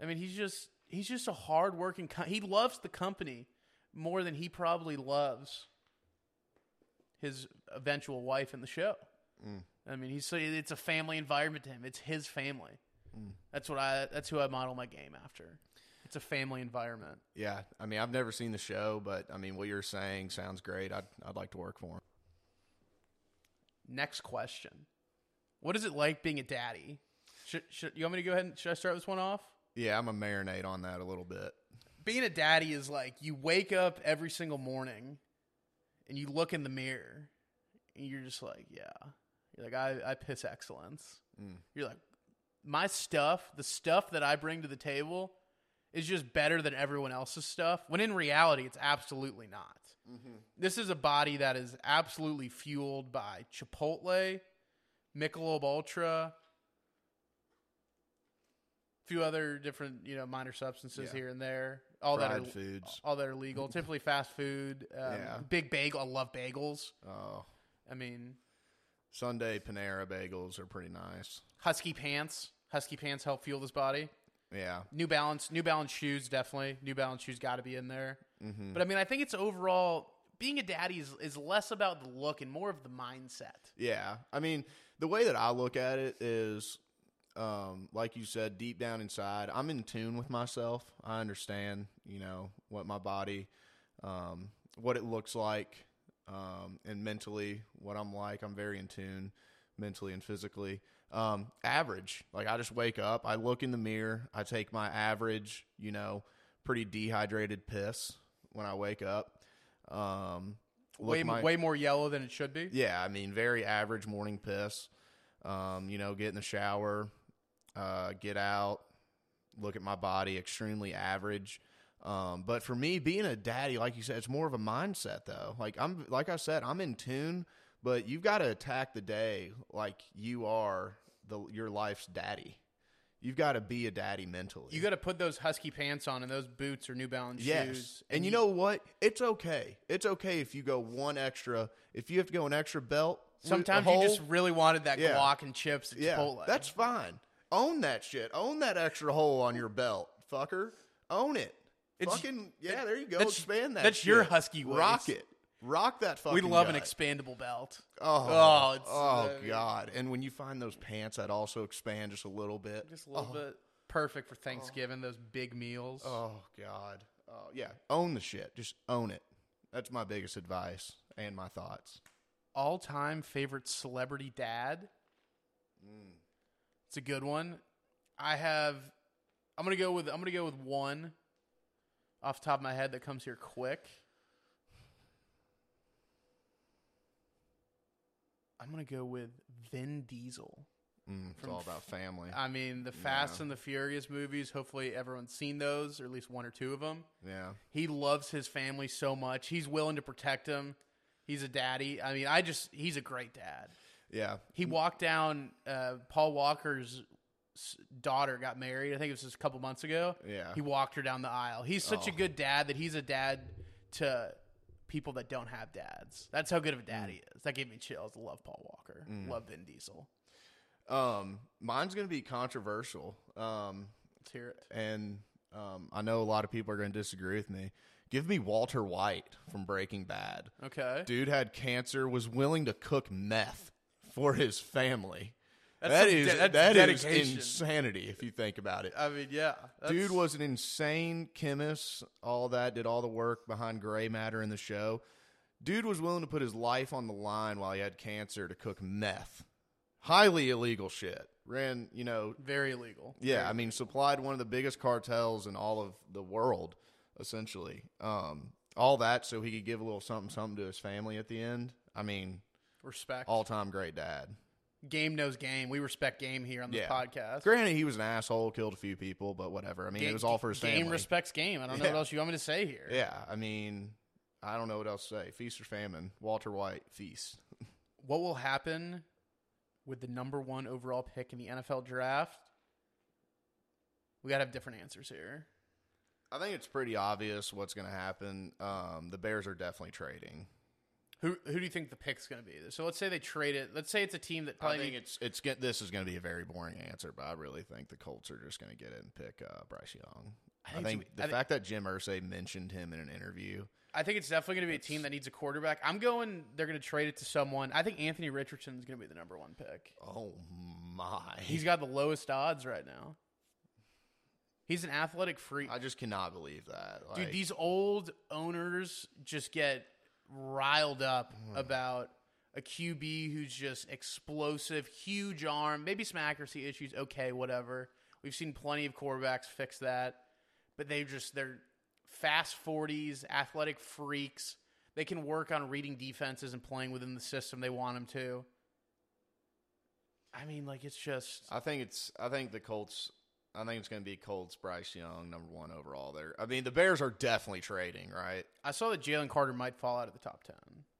[SPEAKER 1] I mean, he's just he's just a hardworking. Co- he loves the company more than he probably loves his eventual wife in the show. I mean, he's so it's a family environment to him. It's his family. That's what I. That's who I model my game after. It's a family environment.
[SPEAKER 2] Yeah. I mean, I've never seen the show, but I mean, what you're saying sounds great. I'd, I'd like to work for him.
[SPEAKER 1] Next question: What is it like being a daddy? Should, should you want me to go ahead and should I start this one off?
[SPEAKER 2] Yeah, I'm a marinate on that a little bit.
[SPEAKER 1] being a daddy is like you wake up every single morning and you look in the mirror and you're just like, yeah. You're like, I, I piss excellence.
[SPEAKER 2] Mm.
[SPEAKER 1] You're like, my stuff, the stuff that I bring to the table is just better than everyone else's stuff. When in reality, it's absolutely not.
[SPEAKER 2] Mm-hmm.
[SPEAKER 1] This is a body that is absolutely fueled by Chipotle, Michelob Ultra, few other different you know minor substances
[SPEAKER 2] Yeah.
[SPEAKER 1] here and there. All that
[SPEAKER 2] Fried
[SPEAKER 1] are
[SPEAKER 2] foods.
[SPEAKER 1] all that are legal. Typically fast food. Um,
[SPEAKER 2] Yeah.
[SPEAKER 1] Big bagel. I love bagels.
[SPEAKER 2] Oh,
[SPEAKER 1] I mean,
[SPEAKER 2] Sunday Panera bagels are pretty nice.
[SPEAKER 1] husky pants. Husky pants help fuel this body.
[SPEAKER 2] Yeah.
[SPEAKER 1] New Balance, New Balance shoes, definitely. New Balance shoes got to be in there.
[SPEAKER 2] Mm-hmm.
[SPEAKER 1] But I mean, I think it's overall being a daddy is, is less about the look and more of the mindset.
[SPEAKER 2] Yeah. I mean, the way that I look at it is um, like you said, deep down inside, I'm in tune with myself. I understand, you know, what my body, um, what it looks like, um, and mentally what I'm like. I'm very in tune mentally and physically. Um, average, like I just wake up, I look in the mirror, I take my average, you know, pretty dehydrated piss when I wake up. Um, look
[SPEAKER 1] Way,
[SPEAKER 2] my-
[SPEAKER 1] way more yellow than it should be.
[SPEAKER 2] yeah, I mean, very average morning piss. Um, you know, get in the shower, uh, get out, look at my body, extremely average. Um, but for me, being a daddy, like you said, it's more of a mindset though. Like I'm, like I said, I'm in tune, but you've got to attack the day like you are the your life's daddy. You've got to be a daddy mentally.
[SPEAKER 1] You got to put those husky pants on and those boots or New Balance shoes.
[SPEAKER 2] And, you know what? It's okay. It's okay if you go one extra. If you have to go an extra belt, a
[SPEAKER 1] sometimes
[SPEAKER 2] hole,
[SPEAKER 1] you just really wanted that
[SPEAKER 2] Yeah.
[SPEAKER 1] guac and chips at
[SPEAKER 2] yeah,
[SPEAKER 1] Chipotle.
[SPEAKER 2] that's fine. Own that shit. Own that extra hole on your belt, fucker. Own it.
[SPEAKER 1] It's-
[SPEAKER 2] Fucking yeah. There you go.
[SPEAKER 1] that's-
[SPEAKER 2] Expand that.
[SPEAKER 1] that's your
[SPEAKER 2] shit.
[SPEAKER 1] husky waist.
[SPEAKER 2] Rock it. Rock that fucking.
[SPEAKER 1] we love an
[SPEAKER 2] guy.
[SPEAKER 1] expandable belt.
[SPEAKER 2] Oh,
[SPEAKER 1] Oh,
[SPEAKER 2] oh,
[SPEAKER 1] it's- uh,
[SPEAKER 2] god! And when you find those pants that also expand just a little bit,
[SPEAKER 1] Just a little bit perfect for Thanksgiving. Those big meals.
[SPEAKER 2] Oh God. Oh yeah. Own the shit. Just own it. That's my biggest advice and my thoughts.
[SPEAKER 1] All time favorite celebrity dad. It's a good one. I have. I'm gonna go with. I'm gonna go with one. Off the top of my head, that comes here quick. I'm gonna go with Vin Diesel.
[SPEAKER 2] Mm, it's all about family.
[SPEAKER 1] I mean, the Fast and the Furious movies. Hopefully, everyone's seen those, or at least one or two of them.
[SPEAKER 2] yeah.
[SPEAKER 1] He loves his family so much. He's willing to protect them. He's a daddy. I mean, I just he's a great dad.
[SPEAKER 2] Yeah.
[SPEAKER 1] He walked down uh, Paul Walker's s- daughter got married. I think it was just a couple months ago.
[SPEAKER 2] Yeah.
[SPEAKER 1] he walked her down the aisle. He's such a
[SPEAKER 2] Oh.
[SPEAKER 1] good dad that he's a dad to people that don't have dads. That's how good of a
[SPEAKER 2] Mm.
[SPEAKER 1] dad he is. That gave me chills. Love Paul Walker. Love Vin Diesel.
[SPEAKER 2] Um, mine's gonna be controversial. Um,
[SPEAKER 1] Let's hear it.
[SPEAKER 2] and um, I know a lot of people are gonna disagree with me. Give me Walter White from Breaking Bad.
[SPEAKER 1] Okay,
[SPEAKER 2] Dude had cancer, was willing to cook meth for his family.
[SPEAKER 1] That's
[SPEAKER 2] That's
[SPEAKER 1] some de- that's dedication. Uh,
[SPEAKER 2] insanity if you think about it.
[SPEAKER 1] I mean, yeah,
[SPEAKER 2] Dude was an insane chemist, all that, did all the work behind gray matter in the show. Dude was willing to put his life on the line while he had cancer to cook meth. Highly illegal shit. Ran, you know,
[SPEAKER 1] very illegal.
[SPEAKER 2] yeah, I mean, supplied one of the biggest cartels in all of the world, essentially. Um, all that so he could give a little something something to his family at the end. I mean,
[SPEAKER 1] respect.
[SPEAKER 2] all time great dad.
[SPEAKER 1] game knows game. We respect game here on this
[SPEAKER 2] Yeah.
[SPEAKER 1] podcast.
[SPEAKER 2] Granted, he was an asshole, killed a few people, but whatever. I mean,
[SPEAKER 1] Ga-
[SPEAKER 2] it was all for his
[SPEAKER 1] game
[SPEAKER 2] family.
[SPEAKER 1] respects game. I don't know
[SPEAKER 2] Yeah.
[SPEAKER 1] what else you want me to say here.
[SPEAKER 2] Yeah, I mean, I don't know what else to say. Feast or famine. Walter White, feast.
[SPEAKER 1] What will happen with the number one overall pick in the NFL draft? We gotta have different answers here.
[SPEAKER 2] I think it's pretty obvious what's going to happen. Um, the Bears are definitely trading.
[SPEAKER 1] Who who do you think the pick's gonna be? So let's say they trade it. Let's say it's a team that
[SPEAKER 2] I
[SPEAKER 1] probably
[SPEAKER 2] think it's it's get, this is going to be a very boring answer, but I really think the Colts are just going to get in and pick uh, Bryce Young. I
[SPEAKER 1] think
[SPEAKER 2] think,
[SPEAKER 1] it's-
[SPEAKER 2] the
[SPEAKER 1] I thi-
[SPEAKER 2] fact that Jim Irsay mentioned him in an interview.
[SPEAKER 1] I think it's definitely gonna be a team that needs a quarterback. I'm going. They're gonna trade it to someone. I think Anthony Richardson's gonna be the number one pick.
[SPEAKER 2] Oh my!
[SPEAKER 1] He's got the lowest odds right now. He's an athletic freak.
[SPEAKER 2] I just cannot believe that. Like,
[SPEAKER 1] Dude, these old owners just get riled up
[SPEAKER 2] Hmm.
[SPEAKER 1] about a QB who's just explosive, huge arm, maybe some accuracy issues, okay, whatever. We've seen plenty of quarterbacks fix that, but they just they're fast 40s, athletic freaks. They can work on reading defenses and playing within the system they want them to. I mean, like it's just
[SPEAKER 2] I think it's. I think the Colts. I think it's going to be Colts. Bryce Young, number one overall. There. I mean, the Bears are definitely trading, right?
[SPEAKER 1] I saw that Jalen Carter might fall out of the top 10.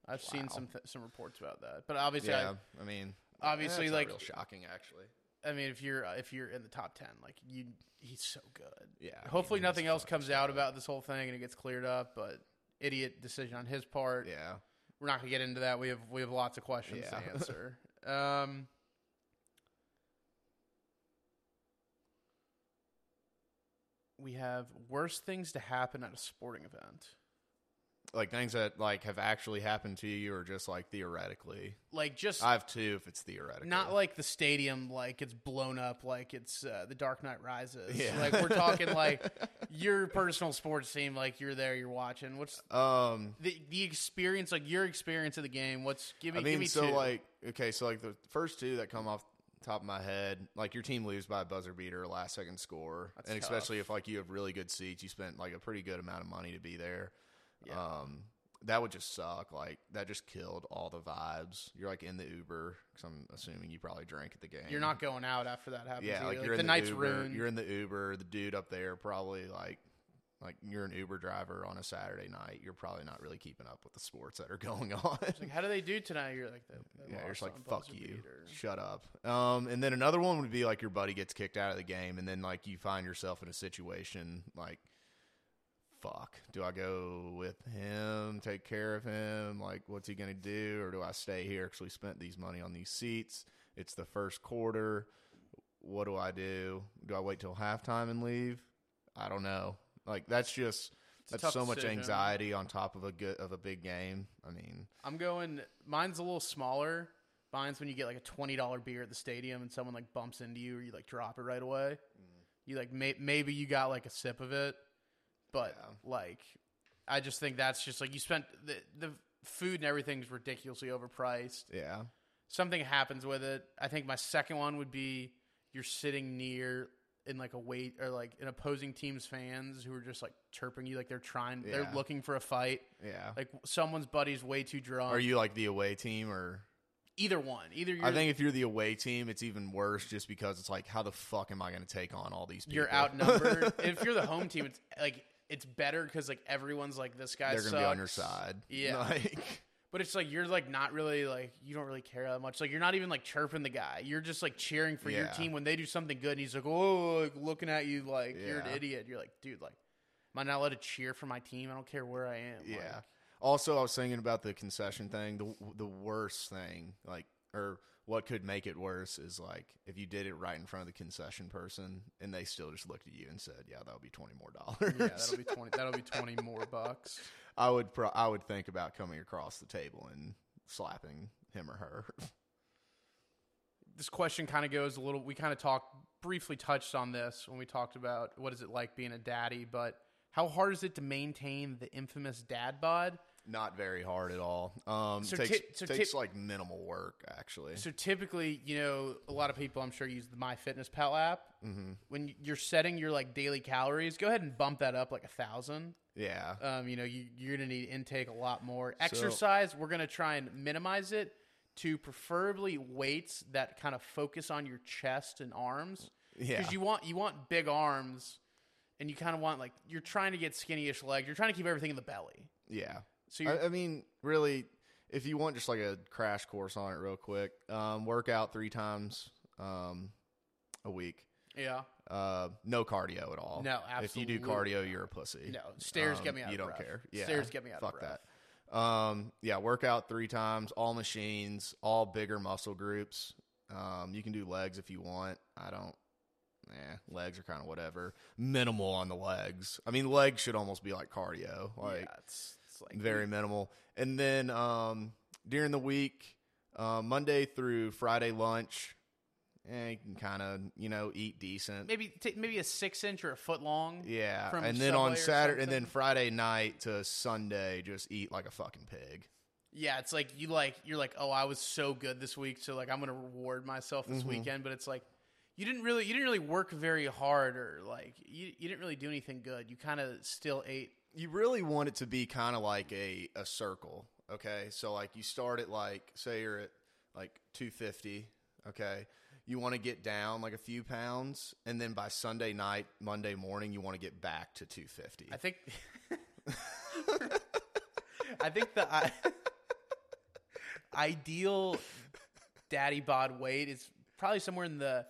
[SPEAKER 1] I've seen
[SPEAKER 2] Wow.
[SPEAKER 1] some th- some reports about that. But obviously I,
[SPEAKER 2] Yeah. I mean,
[SPEAKER 1] Obviously,
[SPEAKER 2] that's
[SPEAKER 1] like-
[SPEAKER 2] not real shocking, actually.
[SPEAKER 1] I mean, if you're uh, if you're in the top ten, like you, he's so good.
[SPEAKER 2] Yeah. I mean,
[SPEAKER 1] Hopefully,
[SPEAKER 2] he's
[SPEAKER 1] nothing else
[SPEAKER 2] fucking
[SPEAKER 1] comes out
[SPEAKER 2] solid.
[SPEAKER 1] about this whole thing and it gets cleared up. But idiot decision on his part.
[SPEAKER 2] Yeah.
[SPEAKER 1] We're not gonna get into that. We have we have lots of questions
[SPEAKER 2] Yeah. <laughs>
[SPEAKER 1] to answer. um, we have worst things to happen at a sporting event.
[SPEAKER 2] Like things that like have actually happened to you, or just like theoretically.
[SPEAKER 1] Like just
[SPEAKER 2] I have two if it's theoretical.
[SPEAKER 1] not like the stadium, like it's blown up, like it's uh, the Dark Knight Rises.
[SPEAKER 2] <laughs> Yeah.
[SPEAKER 1] Like we're talking like your personal sports team, like you're there, you're watching. What's
[SPEAKER 2] <laughs> um.
[SPEAKER 1] the the experience? Like your experience of the game. What's give me?
[SPEAKER 2] I mean,
[SPEAKER 1] give me
[SPEAKER 2] so
[SPEAKER 1] two.
[SPEAKER 2] like okay, so like the first two that come off the top of my head, like your team leaves by a buzzer beater, last second score,
[SPEAKER 1] That's
[SPEAKER 2] and
[SPEAKER 1] tough.
[SPEAKER 2] especially if like you have really good seats, you spent like a pretty good amount of money to be there.
[SPEAKER 1] Yeah.
[SPEAKER 2] Um, that would just suck. Like that just killed all the vibes. You're like in the Uber because I'm assuming you probably drank at the game.
[SPEAKER 1] you're not going out after that happens.
[SPEAKER 2] Yeah,
[SPEAKER 1] either.
[SPEAKER 2] like you're in
[SPEAKER 1] the, night's
[SPEAKER 2] Uber,
[SPEAKER 1] ruined.
[SPEAKER 2] You're in the Uber. The dude up there probably like. Like you're an Uber driver on a Saturday night, you're probably not really keeping up with the sports that are <laughs> going on.
[SPEAKER 1] It's like, how do they do tonight? You're like, they, they
[SPEAKER 2] Yeah, you're
[SPEAKER 1] lost
[SPEAKER 2] just like,
[SPEAKER 1] on
[SPEAKER 2] fuck
[SPEAKER 1] buzzer
[SPEAKER 2] you.
[SPEAKER 1] beater."
[SPEAKER 2] Shut up. Um, and then another one would be like your buddy gets kicked out of the game, and then like you find yourself in a situation like, fuck, do I go with him, take care of him? Like, what's he going to do? Or do I stay here? Because we spent these money on these seats. It's the first quarter. What do I do? Do I wait till halftime and leave? I don't know. Like, that's just.
[SPEAKER 1] a
[SPEAKER 2] That's
[SPEAKER 1] tough
[SPEAKER 2] so much
[SPEAKER 1] decision.
[SPEAKER 2] anxiety on top of a good of a big game. I mean,
[SPEAKER 1] I'm going. Mine's a little smaller. Mine's when you get like a twenty dollar beer at the stadium and someone like bumps into you or you like drop it right away.
[SPEAKER 2] Mm.
[SPEAKER 1] You like may, maybe you got like a sip of it, but
[SPEAKER 2] Yeah.
[SPEAKER 1] like I just think that's just like you spent the the food and everything's ridiculously overpriced.
[SPEAKER 2] yeah.
[SPEAKER 1] Something happens with it. I think my second one would be you're sitting near in like a wait or like an opposing team's fans who are just like chirping you like they're trying they're
[SPEAKER 2] Yeah.
[SPEAKER 1] looking for a fight
[SPEAKER 2] Yeah.
[SPEAKER 1] like someone's buddy's way too drunk
[SPEAKER 2] Are you like the away team or?
[SPEAKER 1] either one. Either you're,
[SPEAKER 2] I think if you're the away team, it's even worse just because it's like, how the fuck am I going to take on all these people?
[SPEAKER 1] you're
[SPEAKER 2] <laughs>
[SPEAKER 1] outnumbered. if you're the home team, it's like it's better because like everyone's like this guy.
[SPEAKER 2] They're
[SPEAKER 1] going
[SPEAKER 2] gonna
[SPEAKER 1] to
[SPEAKER 2] be on your side.
[SPEAKER 1] Yeah.
[SPEAKER 2] <laughs> Like,
[SPEAKER 1] but it's like you're like not really like you don't really care that much. Like you're not even like chirping the guy. You're just like cheering for your
[SPEAKER 2] Yeah.
[SPEAKER 1] team when they do something good, and he's like, oh, like, looking at you like you're an
[SPEAKER 2] Yeah.
[SPEAKER 1] idiot. You're like, dude, like. Am I not allowed to cheer for my team? I don't care where I am.
[SPEAKER 2] yeah.
[SPEAKER 1] Like,
[SPEAKER 2] Also, I was thinking about the concession thing. The the worst thing, like, or what could make it worse is like if you did it right in front of the concession person and they still just looked at you and said, "Yeah, that'll be twenty more dollars."
[SPEAKER 1] yeah, that'll be twenty. That'll be twenty more bucks.
[SPEAKER 2] <laughs> I would pro- I would think about coming across the table and slapping him or her.
[SPEAKER 1] this question kind of goes a little we kind of talked briefly touched on this when we talked about what is it like being a daddy but how hard is it to maintain the infamous dad bod
[SPEAKER 2] Not very hard at all. Um,
[SPEAKER 1] So
[SPEAKER 2] takes
[SPEAKER 1] ti- so ti-
[SPEAKER 2] takes like minimal work actually.
[SPEAKER 1] so typically you know a lot of people i'm sure use the myfitnesspal app mm-hmm. when you're setting your like daily calories go ahead and bump that up like a thousand
[SPEAKER 2] yeah,
[SPEAKER 1] um, you know you, you're gonna need intake a lot more exercise we're gonna try and minimize it to preferably weights that kind of focus on your chest and arms
[SPEAKER 2] Yeah.
[SPEAKER 1] you want you want big arms and you kind of want like you're trying to get skinnyish legs you're trying to keep everything in the belly
[SPEAKER 2] yeah.
[SPEAKER 1] so you're,
[SPEAKER 2] I, I mean, really, if you want just like a crash course on it, real quick, um, work out three times um, a week.
[SPEAKER 1] yeah
[SPEAKER 2] Uh, no cardio at all.
[SPEAKER 1] No,
[SPEAKER 2] If you do
[SPEAKER 1] absolutely
[SPEAKER 2] cardio, you're a pussy.
[SPEAKER 1] no stairs
[SPEAKER 2] Um,
[SPEAKER 1] get me out
[SPEAKER 2] You
[SPEAKER 1] of
[SPEAKER 2] don't
[SPEAKER 1] breath.
[SPEAKER 2] care. Yeah,
[SPEAKER 1] stairs get me out
[SPEAKER 2] Fuck
[SPEAKER 1] of breath
[SPEAKER 2] that. Um, yeah, work out three times, all machines, all bigger muscle groups. Um, you can do legs if you want. I don't. Eh, legs are kind of whatever. Minimal on the legs. I mean, legs should almost be like cardio. Like,
[SPEAKER 1] yeah, it's, it's like
[SPEAKER 2] very minimal. And then um, during the week, uh, Monday through Friday lunch, eh, you can kind of you know eat decent.
[SPEAKER 1] maybe t- maybe a six inch or a foot long
[SPEAKER 2] yeah,
[SPEAKER 1] from
[SPEAKER 2] and then on
[SPEAKER 1] Subway or
[SPEAKER 2] Saturday, and
[SPEAKER 1] something.
[SPEAKER 2] then Friday night to Sunday, just eat like a fucking pig.
[SPEAKER 1] Yeah, it's like you like you're like, oh, I was so good this week, so like I'm gonna reward myself
[SPEAKER 2] Mm-hmm.
[SPEAKER 1] this weekend. But it's like you didn't really you didn't really work very hard or like you you didn't really do anything good. You kind of still ate.
[SPEAKER 2] you really want it to be kind of like a, a circle okay so like you start at like say you're at like 250 okay you want to get down like a few pounds and then by sunday night monday morning you want to get back to 250
[SPEAKER 1] I think. <laughs> I think the I, ideal daddy bod weight is probably somewhere in the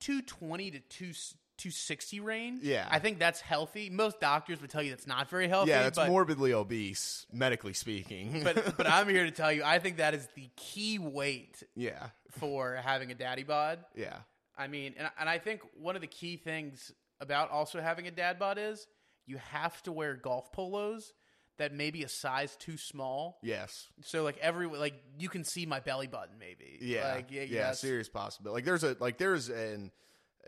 [SPEAKER 1] 220 to 2 260 range.
[SPEAKER 2] Yeah.
[SPEAKER 1] I think that's healthy. Most doctors would tell you that's not very healthy.
[SPEAKER 2] yeah that's
[SPEAKER 1] but,
[SPEAKER 2] morbidly obese medically speaking
[SPEAKER 1] but but I'm here to tell you, I think that is the key weight
[SPEAKER 2] <laughs> yeah
[SPEAKER 1] for having a daddy bod.
[SPEAKER 2] yeah
[SPEAKER 1] I mean, and and I think one of the key things about also having a dad bod is you have to wear golf polos that maybe a size too small.
[SPEAKER 2] Yes.
[SPEAKER 1] So like every like you can see my belly button maybe.
[SPEAKER 2] Yeah.
[SPEAKER 1] Like,
[SPEAKER 2] yeah.
[SPEAKER 1] that's-
[SPEAKER 2] serious possibility. Like there's a like there's an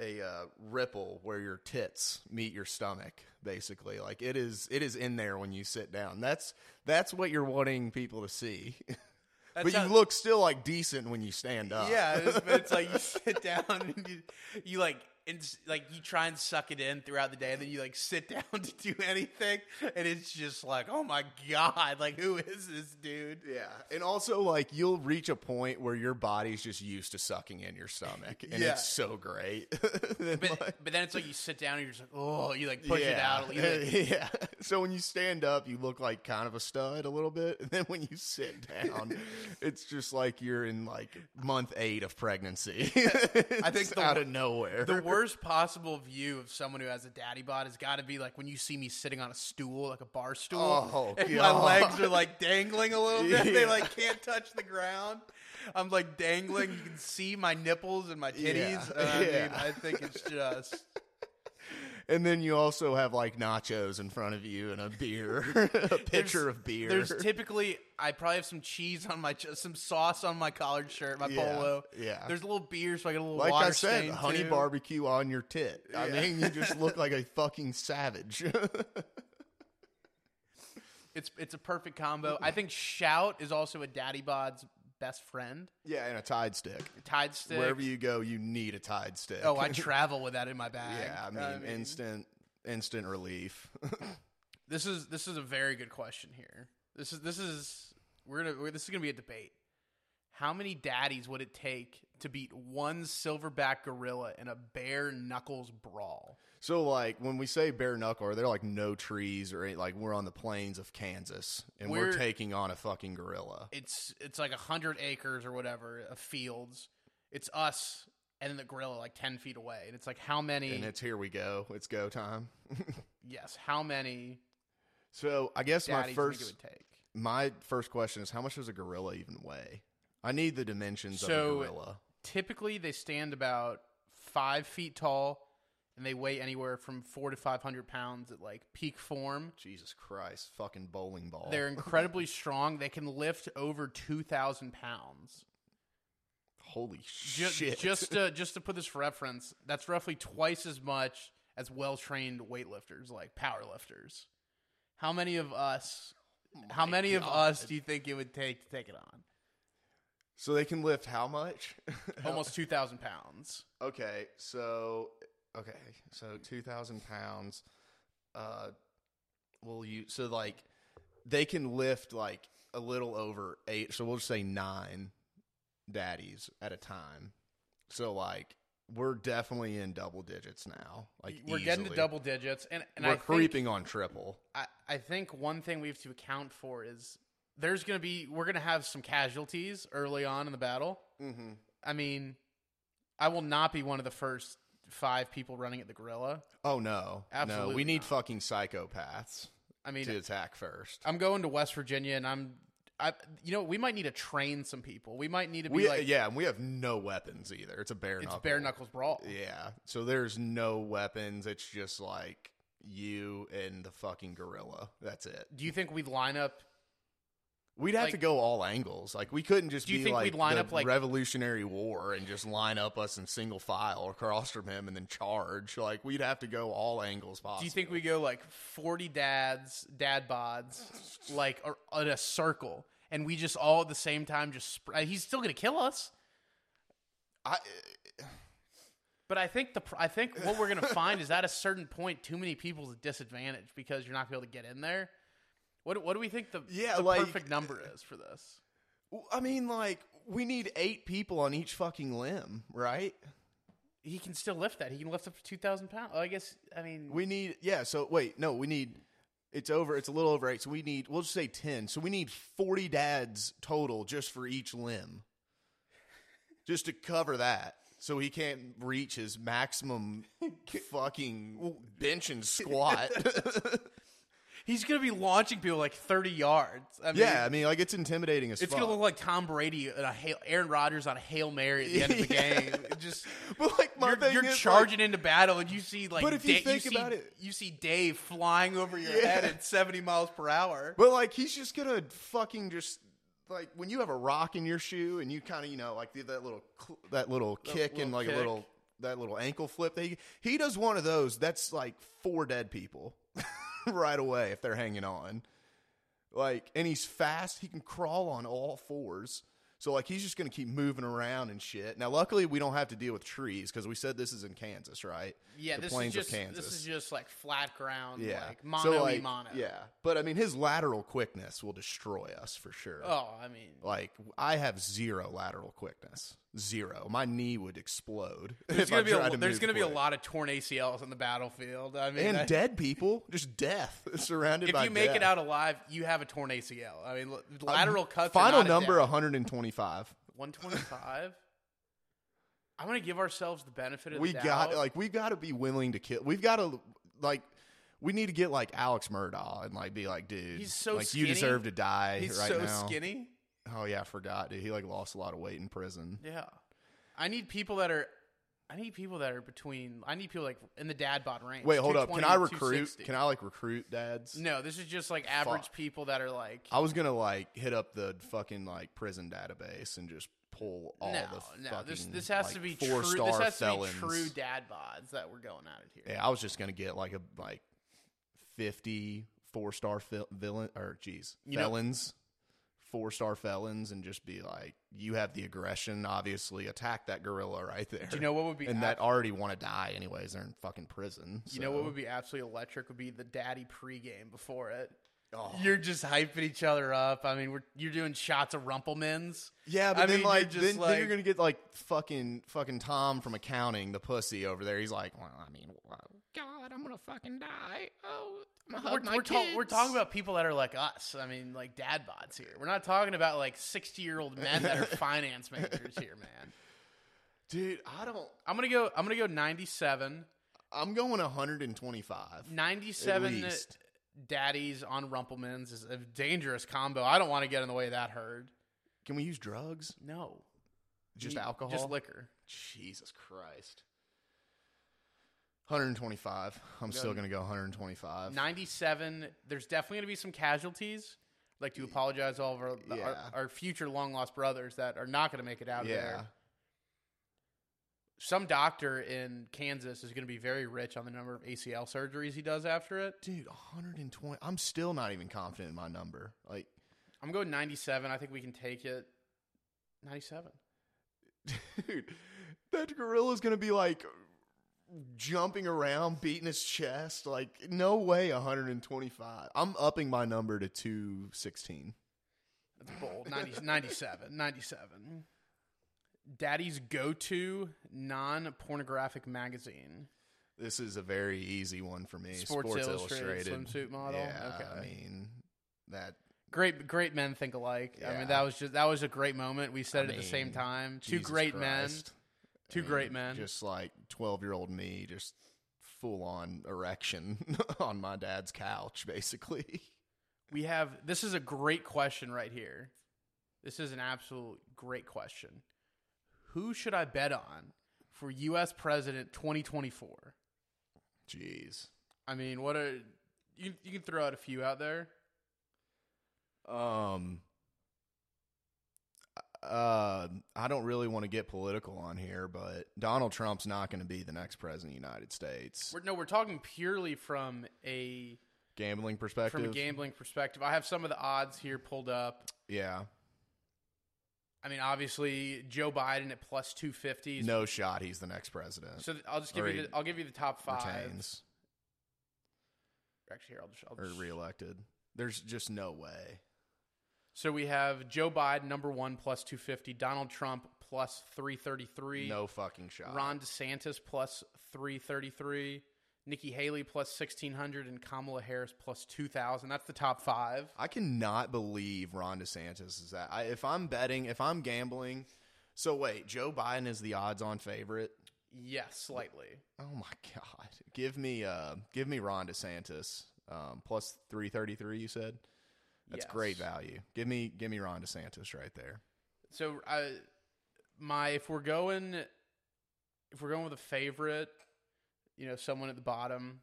[SPEAKER 2] a uh, ripple where your tits meet your stomach basically. Like it is it is in there when you sit down. That's that's what you're wanting people to see.
[SPEAKER 1] that
[SPEAKER 2] but
[SPEAKER 1] sounds-
[SPEAKER 2] you look still like decent when you stand
[SPEAKER 1] <laughs>
[SPEAKER 2] up.
[SPEAKER 1] Yeah, it's, but it's
[SPEAKER 2] <laughs>
[SPEAKER 1] like you sit down and you, you like it's like you try and suck it in throughout the day, and then you like sit <laughs> down to do anything, and it's just like, oh my god, like who is this dude?
[SPEAKER 2] Yeah. And also like you'll reach a point where your body's just used to sucking in your stomach and
[SPEAKER 1] Yeah.
[SPEAKER 2] it's so great. <laughs>
[SPEAKER 1] But, but then it's like you sit down and you're just like, oh, you like push it out. You like,
[SPEAKER 2] <laughs> yeah. So when you stand up, you look like kind of a stud a little bit, <laughs> and then when you sit down, it's just like you're in like month eight of pregnancy. <laughs> I
[SPEAKER 1] think the
[SPEAKER 2] out
[SPEAKER 1] wor-
[SPEAKER 2] of nowhere. <laughs>
[SPEAKER 1] the worst possible view of someone who has a daddy bod has got to be like when you see me sitting on a stool, like a bar stool,
[SPEAKER 2] Oh,
[SPEAKER 1] and my
[SPEAKER 2] God.
[SPEAKER 1] legs are like dangling a little bit. They
[SPEAKER 2] <laughs> Yeah.
[SPEAKER 1] like can't touch the ground. I'm like dangling. You can see my nipples and my titties. uh,
[SPEAKER 2] Yeah.
[SPEAKER 1] I mean,
[SPEAKER 2] Yeah.
[SPEAKER 1] I think it's just
[SPEAKER 2] <laughs> and then you also have like nachos in front of you and a beer, <laughs> a pitcher of beer.
[SPEAKER 1] There's typically I probably have some cheese on my ch- some sauce on my collared shirt, my
[SPEAKER 2] Yeah,
[SPEAKER 1] polo.
[SPEAKER 2] yeah.
[SPEAKER 1] There's a little beer, so I get a little
[SPEAKER 2] like
[SPEAKER 1] water
[SPEAKER 2] I said,
[SPEAKER 1] stain,
[SPEAKER 2] honey
[SPEAKER 1] too.
[SPEAKER 2] barbecue on your tit. I
[SPEAKER 1] Yeah.
[SPEAKER 2] mean, you just look
[SPEAKER 1] <laughs>
[SPEAKER 2] like a fucking savage. <laughs>
[SPEAKER 1] It's it's a perfect combo. I think shout is also a daddy bod's best friend.
[SPEAKER 2] yeah, and a tide stick.
[SPEAKER 1] Tide stick.
[SPEAKER 2] Wherever you go, you need a tide stick.
[SPEAKER 1] Oh, I
[SPEAKER 2] <laughs>
[SPEAKER 1] travel with that in my bag.
[SPEAKER 2] Yeah, I mean, instant instant relief. <laughs>
[SPEAKER 1] This is this is a very good question here. This is this is we're gonna we're, this is gonna be a debate. How many daddies would it take to beat one silverback gorilla in a bare knuckles brawl?
[SPEAKER 2] so like when we say bare knuckle, are there like no trees or any, like we're on the plains of Kansas and we're,
[SPEAKER 1] We're-
[SPEAKER 2] taking on a fucking gorilla?
[SPEAKER 1] It's it's like a hundred acres or whatever of fields. It's us and then the gorilla like ten feet away, and it's like how many?
[SPEAKER 2] And it's here we go. It's go time.
[SPEAKER 1] yes, how many
[SPEAKER 2] so I guess my
[SPEAKER 1] daddies do you think it
[SPEAKER 2] first
[SPEAKER 1] would take?
[SPEAKER 2] my first question is how much does a gorilla even weigh? I need the dimensions
[SPEAKER 1] So-
[SPEAKER 2] of a gorilla.
[SPEAKER 1] Typically, they stand about five feet tall, and they weigh anywhere from four to five hundred pounds at like peak form.
[SPEAKER 2] Jesus Christ, fucking bowling ball. <laughs>
[SPEAKER 1] They're incredibly strong. They can lift over two thousand pounds.
[SPEAKER 2] Holy
[SPEAKER 1] Ju-
[SPEAKER 2] shit.
[SPEAKER 1] Just to, just to put this for reference, that's roughly twice as much as well trained weightlifters, like powerlifters. How many of us? how
[SPEAKER 2] Oh my
[SPEAKER 1] many of us
[SPEAKER 2] God.
[SPEAKER 1] do you think it would take to take it on?
[SPEAKER 2] so they can lift how much? <laughs> How-
[SPEAKER 1] Almost two thousand pounds.
[SPEAKER 2] Okay, so okay, so two thousand pounds. Uh, will you so like they can lift like a little over eight? So we'll just say nine daddies at a time. So like we're definitely in double digits now. Like
[SPEAKER 1] We're getting to
[SPEAKER 2] easily.
[SPEAKER 1] double digits, and and
[SPEAKER 2] we're
[SPEAKER 1] I think-
[SPEAKER 2] creeping on triple.
[SPEAKER 1] I, I think one thing we have to account for is there's going to be we're going to have some casualties early on in the battle.
[SPEAKER 2] Mm-hmm.
[SPEAKER 1] I mean, I will not be one of the first five people running at the gorilla.
[SPEAKER 2] Oh no, no,
[SPEAKER 1] Absolutely
[SPEAKER 2] we need
[SPEAKER 1] not.
[SPEAKER 2] fucking psychopaths
[SPEAKER 1] I mean,
[SPEAKER 2] to attack first.
[SPEAKER 1] I'm going to West Virginia, and I'm, I, you know, we might need to train some people. We might need to be
[SPEAKER 2] We
[SPEAKER 1] like,
[SPEAKER 2] yeah, and we have no weapons either. It's a bare
[SPEAKER 1] it's
[SPEAKER 2] knuckle.
[SPEAKER 1] bare knuckles brawl.
[SPEAKER 2] Yeah. So there's no weapons. It's just like you and the fucking gorilla. That's it.
[SPEAKER 1] Do you think we'd line up?
[SPEAKER 2] We'd have
[SPEAKER 1] Like-
[SPEAKER 2] to go all angles. Like we couldn't just
[SPEAKER 1] Do you
[SPEAKER 2] be
[SPEAKER 1] think
[SPEAKER 2] like
[SPEAKER 1] we'd line
[SPEAKER 2] the
[SPEAKER 1] up, like-
[SPEAKER 2] Revolutionary War and just line up us in single file across from him and then charge. Like we'd have to go all angles possible.
[SPEAKER 1] Do you think we go like 40 dads, dad bods, like or, in a circle, and we just all at the same time just sp- uh, he's still going to kill us?
[SPEAKER 2] I,
[SPEAKER 1] But I think the pr- I think what we're gonna find is at a certain point, too many people's a disadvantage because you're not gonna be able to get in there. What what do we think the
[SPEAKER 2] Yeah,
[SPEAKER 1] the
[SPEAKER 2] like-
[SPEAKER 1] perfect number is for this?
[SPEAKER 2] I mean, like we need eight people on each fucking limb, right?
[SPEAKER 1] He can still lift that. He can lift up to two thousand pounds. I guess I mean
[SPEAKER 2] We need yeah. So wait, no, we need. It's over. It's a little over eight. So we need. We'll just say ten. So we need forty dads total just for each limb, just to cover that. So he can't reach his
[SPEAKER 1] <laughs>
[SPEAKER 2] maximum fucking bench and squat.
[SPEAKER 1] He's gonna be launching people like thirty yards. I mean,
[SPEAKER 2] <laughs> yeah, I mean, like it's intimidating as
[SPEAKER 1] It's
[SPEAKER 2] fuck.
[SPEAKER 1] gonna look like Tom Brady and a hail, Aaron Rodgers on a hail mary at the end of <laughs> the
[SPEAKER 2] Yeah.
[SPEAKER 1] game. It Just
[SPEAKER 2] but like my
[SPEAKER 1] you're,
[SPEAKER 2] thing
[SPEAKER 1] you're
[SPEAKER 2] is, like,
[SPEAKER 1] charging into battle, and you see like
[SPEAKER 2] But if you
[SPEAKER 1] Da-
[SPEAKER 2] think
[SPEAKER 1] see,
[SPEAKER 2] about it-
[SPEAKER 1] you see Dave flying over your
[SPEAKER 2] Yeah.
[SPEAKER 1] head at seventy miles per hour.
[SPEAKER 2] But like he's just gonna fucking just like when you have a rock in your shoe and you kind of you know like the, that little cl- that little kick
[SPEAKER 1] little
[SPEAKER 2] and like
[SPEAKER 1] kick.
[SPEAKER 2] a little that little ankle flip that he, he does one of those that's like four dead people <laughs> right away if they're hanging on like and he's fast he can crawl on all fours so like he's just gonna keep moving around and shit now luckily we don't have to deal with trees because we said this is in kansas right
[SPEAKER 1] yeah,
[SPEAKER 2] the
[SPEAKER 1] this is
[SPEAKER 2] plains
[SPEAKER 1] just
[SPEAKER 2] of kansas
[SPEAKER 1] this is just like flat ground.
[SPEAKER 2] yeah
[SPEAKER 1] like mono
[SPEAKER 2] so like,
[SPEAKER 1] mono.
[SPEAKER 2] yeah but i mean his lateral quickness will destroy us for sure
[SPEAKER 1] Oh, I mean,
[SPEAKER 2] like I have zero lateral quickness, zero. My knee would explode. <laughs>
[SPEAKER 1] there's
[SPEAKER 2] if I
[SPEAKER 1] gonna be
[SPEAKER 2] tried
[SPEAKER 1] a,
[SPEAKER 2] to
[SPEAKER 1] there's
[SPEAKER 2] move
[SPEAKER 1] gonna be a
[SPEAKER 2] quick.
[SPEAKER 1] lot of torn ACLs on the battlefield. I mean,
[SPEAKER 2] and
[SPEAKER 1] that-
[SPEAKER 2] dead people, just death <laughs> surrounded
[SPEAKER 1] if
[SPEAKER 2] by.
[SPEAKER 1] you make it
[SPEAKER 2] death.
[SPEAKER 1] out alive, you have a torn ACL. I mean, l-
[SPEAKER 2] Um,
[SPEAKER 1] lateral cuts. are
[SPEAKER 2] Final
[SPEAKER 1] not a
[SPEAKER 2] number
[SPEAKER 1] death.
[SPEAKER 2] 125. <laughs>
[SPEAKER 1] One twenty-five. I want to give ourselves the benefit of
[SPEAKER 2] We
[SPEAKER 1] the doubt.
[SPEAKER 2] got like we got to be willing to kill. We've got to like. We need to get like Alex Murdaugh and like be like, dude,
[SPEAKER 1] He's so
[SPEAKER 2] like
[SPEAKER 1] skinny.
[SPEAKER 2] you deserve to die
[SPEAKER 1] he's
[SPEAKER 2] right
[SPEAKER 1] so
[SPEAKER 2] now.
[SPEAKER 1] skinny.
[SPEAKER 2] Oh yeah, I forgot, dude. He like lost a lot of weight in prison.
[SPEAKER 1] Yeah, I need people that are. I need people that are between. I need people like in the dad bod range.
[SPEAKER 2] Wait, hold up. Can I
[SPEAKER 1] 220,
[SPEAKER 2] recruit?
[SPEAKER 1] 260.
[SPEAKER 2] Can I like recruit dads?
[SPEAKER 1] No, this is just like average
[SPEAKER 2] Fuck.
[SPEAKER 1] people that are like.
[SPEAKER 2] I was gonna like hit up the fucking like prison database and just pull all
[SPEAKER 1] no,
[SPEAKER 2] the
[SPEAKER 1] no.
[SPEAKER 2] fucking
[SPEAKER 1] This this has
[SPEAKER 2] like,
[SPEAKER 1] to be true.
[SPEAKER 2] four star
[SPEAKER 1] This has
[SPEAKER 2] felons.
[SPEAKER 1] to be true dad bods that we're going out of here.
[SPEAKER 2] yeah, I was just gonna get like a like 50 four star fil- villain or jeez
[SPEAKER 1] You know-
[SPEAKER 2] felons, four star felons, and just be like, you have the aggression, obviously attack that gorilla right there.
[SPEAKER 1] Do you know what would be?
[SPEAKER 2] and
[SPEAKER 1] ab-
[SPEAKER 2] that already want to die anyways. They're in fucking prison.
[SPEAKER 1] You know what would be absolutely electric would be the daddy pregame before it.
[SPEAKER 2] Oh,
[SPEAKER 1] You're just hyping each other up. I mean, we're you're doing shots of Rumplemans.
[SPEAKER 2] Yeah, but
[SPEAKER 1] I
[SPEAKER 2] then
[SPEAKER 1] mean, you're
[SPEAKER 2] like,
[SPEAKER 1] just
[SPEAKER 2] then, then you're
[SPEAKER 1] like-
[SPEAKER 2] gonna get like fucking fucking Tom from accounting, the pussy over there. He's like, well, I mean, well, God, I'm gonna fucking die. Oh, I'm gonna
[SPEAKER 1] We're,
[SPEAKER 2] hug my
[SPEAKER 1] we're, ta- we're
[SPEAKER 2] kids."
[SPEAKER 1] talking about people that are like us. I mean, like dad bods here. We're not talking about like 60 year old men
[SPEAKER 2] <laughs>
[SPEAKER 1] that are finance managers here, man.
[SPEAKER 2] dude. I don't.
[SPEAKER 1] I'm gonna go. I'm gonna go 97.
[SPEAKER 2] I'm going 125.
[SPEAKER 1] 97
[SPEAKER 2] least.
[SPEAKER 1] daddies on Rumplemans is a dangerous combo. I don't want to get in the way of that herd.
[SPEAKER 2] Can we use drugs?
[SPEAKER 1] No,
[SPEAKER 2] Just
[SPEAKER 1] You-
[SPEAKER 2] alcohol?
[SPEAKER 1] just liquor.
[SPEAKER 2] Jesus Christ. 125. I'm still gonna go 125.
[SPEAKER 1] 97 there's definitely going to be some casualties I'd like to apologize to all of our, our,
[SPEAKER 2] Yeah.
[SPEAKER 1] our future long lost brothers that are not going to make it out of
[SPEAKER 2] yeah.
[SPEAKER 1] there some doctor in kansas is going to be very rich on the number of acl surgeries he does after it
[SPEAKER 2] Dude, 120. I'm still not even confident in my number. Like,
[SPEAKER 1] i'm going 97 i think we can take it 97
[SPEAKER 2] <laughs> dude, that gorilla's gonna be like jumping around, beating his chest. Like, no way, 125. I'm upping my number to 216.
[SPEAKER 1] that's bold
[SPEAKER 2] <laughs>
[SPEAKER 1] 90, 97 97 daddy's go-to non-pornographic magazine
[SPEAKER 2] This is a very easy one for me.
[SPEAKER 1] Sports Illustrated swimsuit model?
[SPEAKER 2] Yeah,
[SPEAKER 1] Okay.
[SPEAKER 2] I mean that.
[SPEAKER 1] Great, great men think alike. I
[SPEAKER 2] Yeah.
[SPEAKER 1] mean, that was just that was a great moment. We said it at the same
[SPEAKER 2] mean,
[SPEAKER 1] time. Two
[SPEAKER 2] Jesus
[SPEAKER 1] great
[SPEAKER 2] Christ.
[SPEAKER 1] men, two
[SPEAKER 2] I
[SPEAKER 1] great
[SPEAKER 2] mean,
[SPEAKER 1] men.
[SPEAKER 2] Just like 12 year old me, just full on erection <laughs> on my dad's couch, basically. <laughs>
[SPEAKER 1] we have this is a great question right here. This is an absolute great question. Who should I bet on for U.S. President 2024?
[SPEAKER 2] Jeez.
[SPEAKER 1] I mean, what are you? You can throw out a few out there.
[SPEAKER 2] Um, uh, I don't really want to get political on here, but Donald Trump's not going to be the next president of the United States.
[SPEAKER 1] We're, no, we're talking purely from a
[SPEAKER 2] Gambling perspective,
[SPEAKER 1] from a gambling perspective. I have some of the odds here pulled up.
[SPEAKER 2] yeah,
[SPEAKER 1] I mean, obviously Joe Biden at plus 250 is
[SPEAKER 2] no shot. He's the next president.
[SPEAKER 1] So th- I'll just give
[SPEAKER 2] Or
[SPEAKER 1] you
[SPEAKER 2] he
[SPEAKER 1] the, I'll give you the top five.
[SPEAKER 2] retains
[SPEAKER 1] Actually, here I'll just, I'll
[SPEAKER 2] or
[SPEAKER 1] just
[SPEAKER 2] reelected. There's just no way.
[SPEAKER 1] So we have Joe Biden number one plus two fifty, Donald Trump plus three thirty three,
[SPEAKER 2] No fucking shot.
[SPEAKER 1] Ron DeSantis plus three thirty three, Nikki Haley plus sixteen hundred, and Kamala Harris plus two thousand. That's the top five.
[SPEAKER 2] I cannot believe Ron DeSantis is that. I, if I'm betting, if I'm gambling, so wait, Joe Biden is the odds-on favorite.
[SPEAKER 1] Yes, slightly.
[SPEAKER 2] <laughs> Oh my god! Give me, uh, give me Ron DeSantis um, plus three thirty three. You said that's great
[SPEAKER 1] Yes.
[SPEAKER 2] value. Give me give me Ron DeSantis right there.
[SPEAKER 1] So uh, my if we're going if we're going with a favorite, you know, someone at the bottom,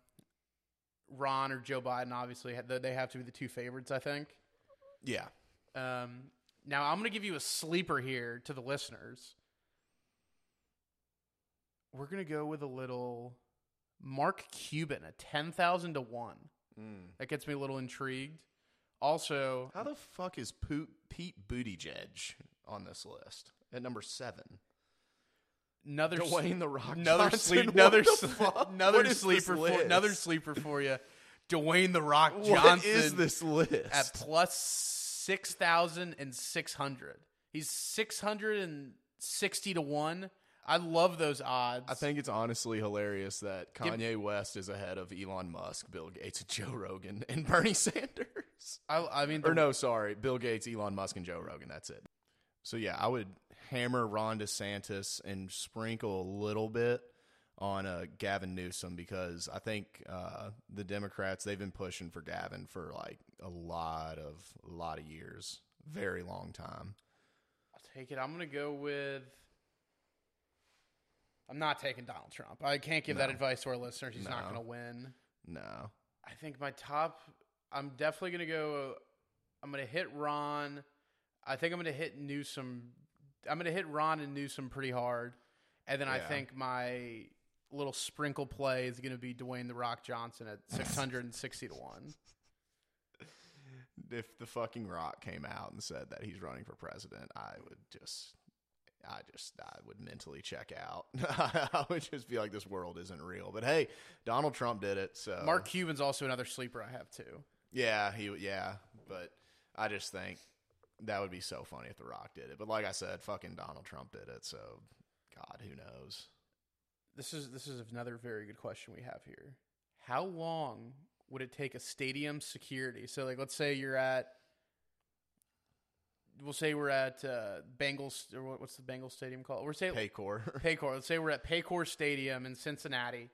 [SPEAKER 1] Ron or Joe Biden, obviously ha- they have to be the two favorites. I think.
[SPEAKER 2] Yeah,
[SPEAKER 1] Um, now I'm going to give you a sleeper here to the listeners. We're going to go with a little Mark Cuban, a ten thousand to one.
[SPEAKER 2] Mm.
[SPEAKER 1] That gets me a little intrigued. Also,
[SPEAKER 2] how the fuck is Poot, Pete Buttigieg on this list at number seven?
[SPEAKER 1] another s-
[SPEAKER 2] Dwayne the Rock
[SPEAKER 1] another
[SPEAKER 2] Johnson.
[SPEAKER 1] sleep,
[SPEAKER 2] What
[SPEAKER 1] another
[SPEAKER 2] the
[SPEAKER 1] sl-
[SPEAKER 2] fuck?
[SPEAKER 1] another
[SPEAKER 2] What is this
[SPEAKER 1] sleeper for
[SPEAKER 2] list?
[SPEAKER 1] another sleeper for
[SPEAKER 2] <laughs>
[SPEAKER 1] you, Dwayne the Rock Johnson.
[SPEAKER 2] What is this list?
[SPEAKER 1] at plus six thousand and six hundred? He's six hundred and sixty to one. I love those odds.
[SPEAKER 2] I think it's honestly hilarious that Kanye West is ahead of Elon Musk, Bill Gates, Joe Rogan, and Bernie <laughs> Sanders.
[SPEAKER 1] I, I mean, the-
[SPEAKER 2] Or no, sorry, Bill Gates, Elon Musk, and Joe Rogan. That's it. So yeah, I would hammer Ron DeSantis and sprinkle a little bit on uh, Gavin Newsom because I think uh, the Democrats they've been pushing for Gavin for like a lot of a lot of years, very long time.
[SPEAKER 1] I'll take it. I'm gonna go with. I'm not taking Donald Trump. I can't give that
[SPEAKER 2] No.
[SPEAKER 1] advice to our listeners. He's not
[SPEAKER 2] No.
[SPEAKER 1] gonna win.
[SPEAKER 2] No,
[SPEAKER 1] I think my top. I'm definitely gonna go. I'm gonna hit Ron. I think I'm gonna hit Newsom. I'm gonna hit Ron and Newsom pretty hard, and then I
[SPEAKER 2] Yeah.
[SPEAKER 1] think my little sprinkle play is gonna be Dwayne the Rock Johnson at 660 to one.
[SPEAKER 2] if the fucking Rock came out and said that he's running for president, I would just. I just I would mentally check out. <laughs> I would just be like, this world isn't real. But hey, Donald Trump did it. So
[SPEAKER 1] Mark Cuban's also another sleeper I have too.
[SPEAKER 2] Yeah, he yeah, but I just think that would be so funny if The Rock did it. But like I said, fucking Donald Trump did it, so God, who knows?
[SPEAKER 1] This is this is another very good question we have here. How long would it take a stadium security? So like let's say you're at we'll say we're at uh Bengals or what- what's the Bengals stadium called? We're say
[SPEAKER 2] Paycor.
[SPEAKER 1] Paycor. Let's say we're at Paycor Stadium in Cincinnati.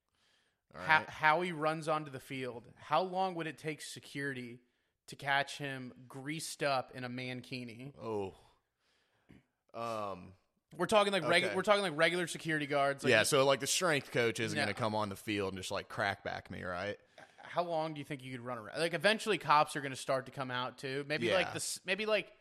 [SPEAKER 2] <laughs> All
[SPEAKER 1] Ho-
[SPEAKER 2] right.
[SPEAKER 1] Howie runs onto the field. How long would it take security to catch him greased up in a mankini?
[SPEAKER 2] Oh. Um
[SPEAKER 1] We're talking like regu-
[SPEAKER 2] Okay.
[SPEAKER 1] we're talking like regular security guards. Like
[SPEAKER 2] yeah, so like the strength coach isn't
[SPEAKER 1] No.
[SPEAKER 2] going to come on the field and just like crack back me, right?
[SPEAKER 1] how long do you think you could run around? Like eventually, cops are going to start to come out too. Maybe like
[SPEAKER 2] Yeah.
[SPEAKER 1] this. Maybe like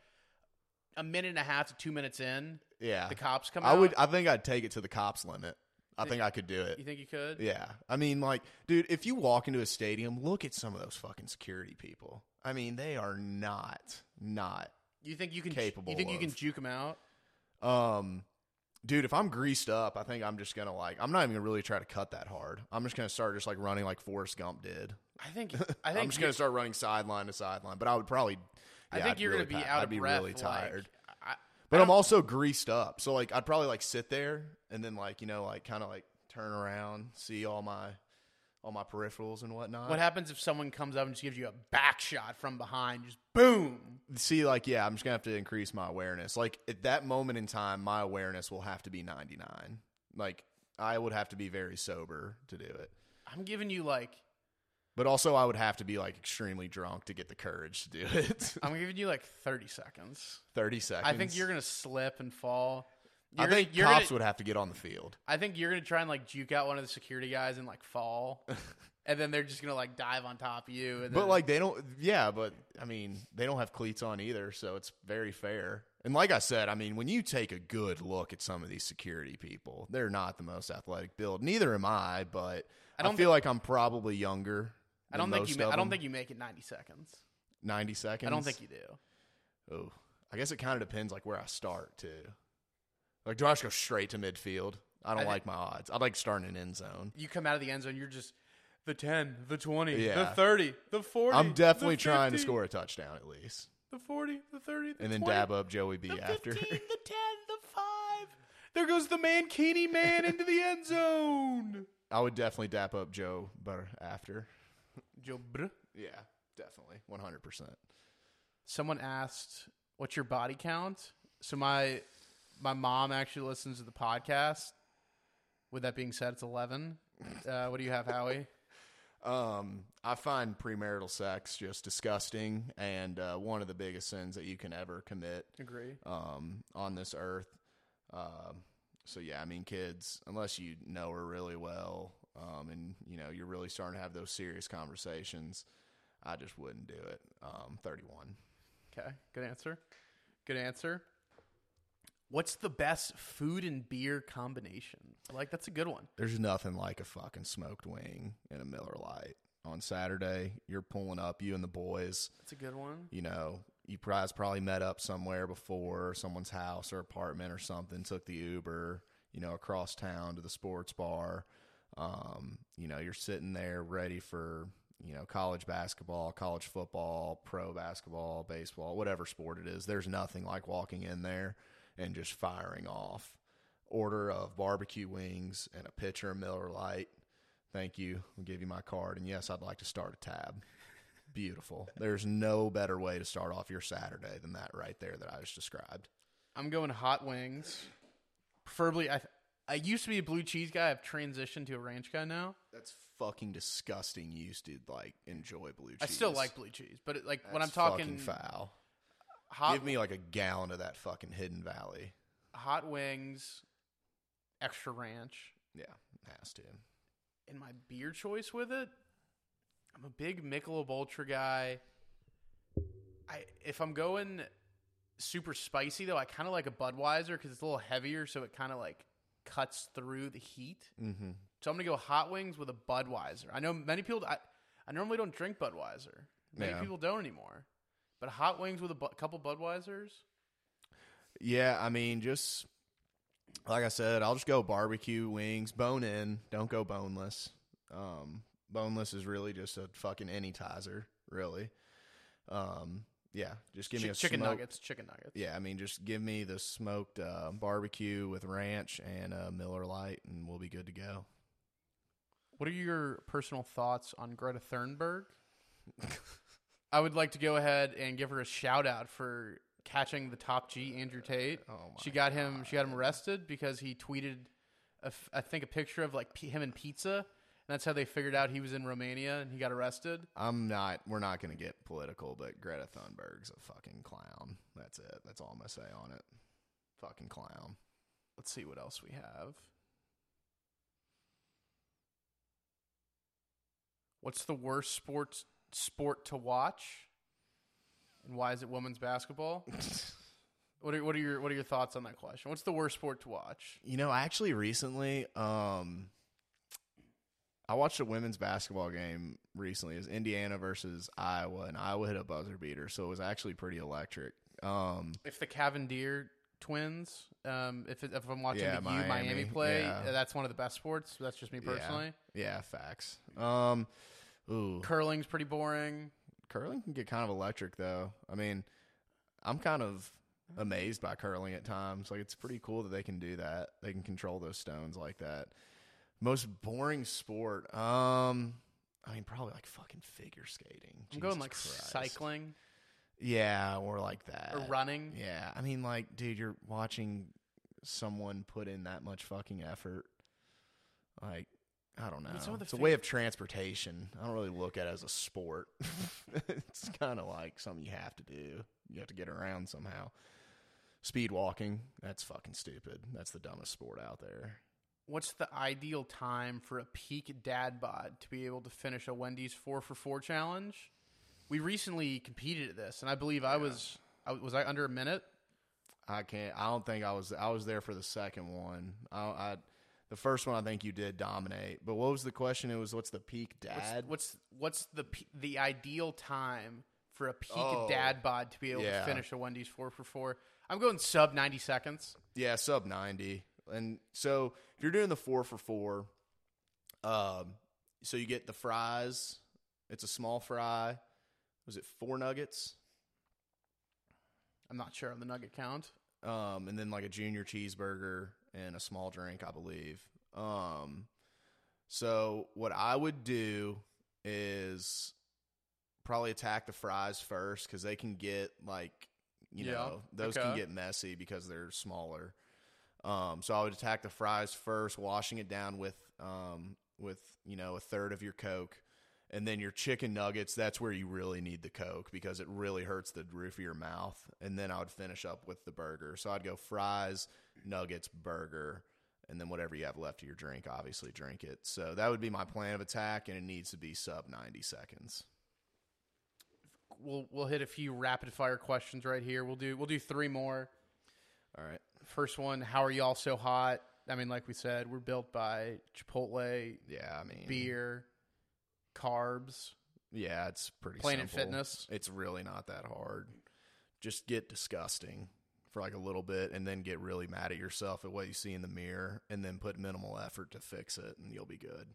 [SPEAKER 1] a minute and a half to two minutes in,
[SPEAKER 2] Yeah.
[SPEAKER 1] the cops come
[SPEAKER 2] I
[SPEAKER 1] out.
[SPEAKER 2] would I think I'd take it to the cops limit. I think I could do
[SPEAKER 1] you
[SPEAKER 2] it.
[SPEAKER 1] think you could?
[SPEAKER 2] Yeah. I mean like dude, if you walk into a stadium, look at some of those fucking security people. I mean, they are not not
[SPEAKER 1] You think you can?
[SPEAKER 2] Capable
[SPEAKER 1] You think you can
[SPEAKER 2] of.
[SPEAKER 1] juke them out?
[SPEAKER 2] Um, dude, if I'm greased up, I think I'm just gonna like I'm not even gonna really try to cut that hard. I'm just gonna start just like running like Forrest Gump did.
[SPEAKER 1] I
[SPEAKER 2] <laughs>
[SPEAKER 1] think. I think.
[SPEAKER 2] I'm just
[SPEAKER 1] you-
[SPEAKER 2] gonna start running sideline to sideline, but I would probably.
[SPEAKER 1] I
[SPEAKER 2] yeah,
[SPEAKER 1] think
[SPEAKER 2] I'd
[SPEAKER 1] you're
[SPEAKER 2] really
[SPEAKER 1] going to
[SPEAKER 2] ti-
[SPEAKER 1] be out
[SPEAKER 2] I'd
[SPEAKER 1] of
[SPEAKER 2] be
[SPEAKER 1] breath.
[SPEAKER 2] really
[SPEAKER 1] like,
[SPEAKER 2] tired,
[SPEAKER 1] I,
[SPEAKER 2] but
[SPEAKER 1] I
[SPEAKER 2] I'm
[SPEAKER 1] don't-
[SPEAKER 2] also greased up, so like I'd probably like sit there and then like you know like kind of like turn around, see all my all my peripherals and whatnot.
[SPEAKER 1] What happens if someone comes up and just gives you a back shot from behind? Just boom.
[SPEAKER 2] see like yeah, I'm just gonna have to increase my awareness. Like at that moment in time, my awareness will have to be 99. Like I would have to be very sober to do it.
[SPEAKER 1] I'm giving you like.
[SPEAKER 2] But also, I would have to be like extremely drunk to get the courage to do it. <laughs>
[SPEAKER 1] I'm giving you like 30 seconds.
[SPEAKER 2] Thirty seconds.
[SPEAKER 1] I think you're going to slip and fall.
[SPEAKER 2] I
[SPEAKER 1] You're gonna-
[SPEAKER 2] think
[SPEAKER 1] you're
[SPEAKER 2] cops
[SPEAKER 1] gonna-
[SPEAKER 2] would have to get on the field.
[SPEAKER 1] I think you're gonna try and like juke out one of the security guys and like
[SPEAKER 2] <laughs>
[SPEAKER 1] fall, and then they're just gonna like dive on top of you. And
[SPEAKER 2] But
[SPEAKER 1] then-
[SPEAKER 2] like they don't. Yeah, but I mean they don't have cleats on either, so it's very fair. And like I said, I mean when you take a good look at some of these security people, they're not the most athletic build. Neither am I, but I,
[SPEAKER 1] don't
[SPEAKER 2] feel like I'm probably younger.
[SPEAKER 1] I don't think you. Ma- I don't think
[SPEAKER 2] you
[SPEAKER 1] you make it 90 seconds.
[SPEAKER 2] ninety seconds.
[SPEAKER 1] I don't think you do.
[SPEAKER 2] Oh, I guess it kind of depends like where I start too. Like, do I just go straight to midfield? I don't
[SPEAKER 1] thi-
[SPEAKER 2] like my odds. I like starting in end zone.
[SPEAKER 1] You come out of the end zone, you're just the 10, the 20, the
[SPEAKER 2] Yeah.
[SPEAKER 1] 30, the 40.
[SPEAKER 2] I'm definitely
[SPEAKER 1] the
[SPEAKER 2] trying to
[SPEAKER 1] 50,
[SPEAKER 2] score a touchdown at least,
[SPEAKER 1] the 40, the 30, the
[SPEAKER 2] and then
[SPEAKER 1] 20,
[SPEAKER 2] dab up Joey B
[SPEAKER 1] the
[SPEAKER 2] after.
[SPEAKER 1] 15,
[SPEAKER 2] <laughs>
[SPEAKER 1] the 10, the 5. There goes the Mankini man into the end zone.
[SPEAKER 2] I would definitely dap up Joe Burr after.
[SPEAKER 1] Joe, bruh.
[SPEAKER 2] Yeah, definitely, 100. percent
[SPEAKER 1] someone asked what's your body count so my my mom actually listens to the podcast with that being said it's 11 uh, what do you have howie
[SPEAKER 2] Um, I find premarital sex just disgusting and uh, one of the biggest sins that you can ever commit
[SPEAKER 1] <laughs> Agree.
[SPEAKER 2] um, on this earth. Um, so yeah, I mean, kids, unless you know her really well, um, and you know you're really starting to have those serious conversations, I just wouldn't do it. Um, 31.
[SPEAKER 1] Okay. Good answer. Good answer. What's the best food and beer combination? Like that's a good one.
[SPEAKER 2] There's nothing like a fucking smoked wing and a Miller Lite on Saturday. You're pulling up, you and the boys.
[SPEAKER 1] That's a good one.
[SPEAKER 2] You know, you guys probably met up somewhere before someone's house or apartment or something. Took the Uber, you know, across town to the sports bar. Um, you know, you're sitting there ready for you know college basketball, college football, pro basketball, baseball, whatever sport it is. There's nothing like walking in there and just firing off order of barbecue wings and a pitcher of Miller Lite. Thank you. I'll give you my card. And yes, I'd like to start a tab. Beautiful. There's no better way to start off your Saturday than that right there that I just described.
[SPEAKER 1] I'm going hot wings. Preferably, I I used to be a blue cheese guy. I've transitioned to a ranch guy now.
[SPEAKER 2] That's fucking disgusting. You used to like enjoy blue cheese.
[SPEAKER 1] I still like blue cheese, but it, like when I'm
[SPEAKER 2] That's
[SPEAKER 1] talking
[SPEAKER 2] fucking foul.
[SPEAKER 1] hot
[SPEAKER 2] Give me like a gallon of that fucking Hidden Valley.
[SPEAKER 1] hot wings, extra ranch,
[SPEAKER 2] Yeah, has to.
[SPEAKER 1] and my beer choice with it. I'm a big Michelob Ultra guy. I if I'm going super spicy though, I kind of like a Budweiser because it's a little heavier, so it kind of like cuts through the heat.
[SPEAKER 2] Mm-hmm.
[SPEAKER 1] So I'm gonna go hot wings with a Budweiser. I know many people. I, I normally don't drink Budweiser. Many
[SPEAKER 2] Yeah.
[SPEAKER 1] people don't anymore. But hot wings with a bu- couple Budweisers.
[SPEAKER 2] Yeah, I mean, just like I said, I'll just go barbecue wings, bone in. Don't go boneless. Um, boneless is really just a fucking anytizer, really. Um, yeah, just give me
[SPEAKER 1] Chi-
[SPEAKER 2] a
[SPEAKER 1] chicken
[SPEAKER 2] smoked-
[SPEAKER 1] nuggets. Chicken nuggets.
[SPEAKER 2] Yeah, I mean, just give me the smoked uh, barbecue with ranch and uh, Miller Lite, and we'll be good to go.
[SPEAKER 1] What are your personal thoughts on Greta Thunberg? I would like to go ahead and give her a shout out for catching the top G Andrew Tate.
[SPEAKER 2] Oh my!
[SPEAKER 1] she got him. She got him arrested because he tweeted, a f I think, a picture of like p- him and pizza, and that's how they figured out he was in Romania and he got arrested.
[SPEAKER 2] I'm not. We're not going to get political, but Greta Thunberg's a fucking clown. That's it. That's all I'm gonna say on it. Fucking clown.
[SPEAKER 1] Let's see what else we have. What's the worst sports sport to watch? And why is it women's basketball? What are, what are your what are your thoughts on that question? What's the worst sport to watch?
[SPEAKER 2] You know, actually, recently, um, I watched a women's basketball game recently. It was Indiana versus Iowa, and Iowa hit a buzzer beater, so it was actually pretty electric. Um,
[SPEAKER 1] If the Cavendish twins, um, if it, if I'm watching
[SPEAKER 2] Yeah,
[SPEAKER 1] the U Miami
[SPEAKER 2] Miami,
[SPEAKER 1] play,
[SPEAKER 2] yeah.
[SPEAKER 1] uh, that's one of the best sports. That's just me
[SPEAKER 2] Yeah.
[SPEAKER 1] personally.
[SPEAKER 2] yeah, facts. Um, ooh,
[SPEAKER 1] Curling's pretty boring.
[SPEAKER 2] curling can get kind of electric, though. I mean, I'm kind of amazed by curling at times. Like, it's pretty cool that they can do that. They can control those stones like that. Most boring sport. Um, I mean, probably like fucking figure skating.
[SPEAKER 1] I'm going
[SPEAKER 2] Jesus
[SPEAKER 1] like
[SPEAKER 2] Christ.
[SPEAKER 1] cycling
[SPEAKER 2] Yeah, or like that.
[SPEAKER 1] or running.
[SPEAKER 2] Yeah, I mean, like, dude, you're watching someone put in that much fucking effort. Like, I don't know.
[SPEAKER 1] mean, some of the
[SPEAKER 2] it's a
[SPEAKER 1] thing-
[SPEAKER 2] way of transportation. I don't really look at it as a sport. <laughs> it's kind of like something you have to do. You have to get around somehow. Speed walking. That's fucking stupid. That's the dumbest sport out there.
[SPEAKER 1] What's the ideal time for a peak dad bod to be able to finish a Wendy's four for four challenge? We recently competed at this, and I believe I was I, was I under a minute.
[SPEAKER 2] I can't. I don't think I was. I was there for the second one. I, I the first one I think you did dominate. But what was the question? It was what's the peak
[SPEAKER 1] What's-
[SPEAKER 2] dad?
[SPEAKER 1] What's what's the p- the ideal time for a peak
[SPEAKER 2] Oh,
[SPEAKER 1] dad bod to be able
[SPEAKER 2] yeah.
[SPEAKER 1] to finish a Wendy's four for four? I'm going sub ninety seconds.
[SPEAKER 2] Yeah, sub ninety. And so if you're doing the four for four, um, so you get the fries. It's a small fry. Was it four nuggets?
[SPEAKER 1] I'm not sure on the nugget count.
[SPEAKER 2] Um, and then like a junior cheeseburger and a small drink, I believe. Um, so what I would do is probably attack the fries first because they can get like you
[SPEAKER 1] Yeah,
[SPEAKER 2] know those can
[SPEAKER 1] okay.
[SPEAKER 2] get messy because they're smaller. Um, so I would attack the fries first, washing it down with um, with you know a third of your Coke, And then your chicken nuggets, that's where you really need the Coke because it really hurts the roof of your mouth. And then I would finish up with the burger. So I'd go fries, nuggets, burger, and then whatever you have left of your drink, obviously drink it. So that would be my plan of attack, and it needs to be sub 90 seconds.
[SPEAKER 1] We'll we'll hit a few rapid fire questions right here. We'll do we'll do three more.
[SPEAKER 2] All right.
[SPEAKER 1] First one, how are y'all so hot? I mean, like we said, we're built by Chipotle,
[SPEAKER 2] Yeah, I mean,
[SPEAKER 1] beer, carbs.
[SPEAKER 2] Yeah, it's pretty
[SPEAKER 1] Planet
[SPEAKER 2] simple.
[SPEAKER 1] Fitness.
[SPEAKER 2] It's really not that hard. Just get disgusting for like a little bit and then get really mad at yourself at what you see in the mirror and then put minimal effort to fix it and you'll be good.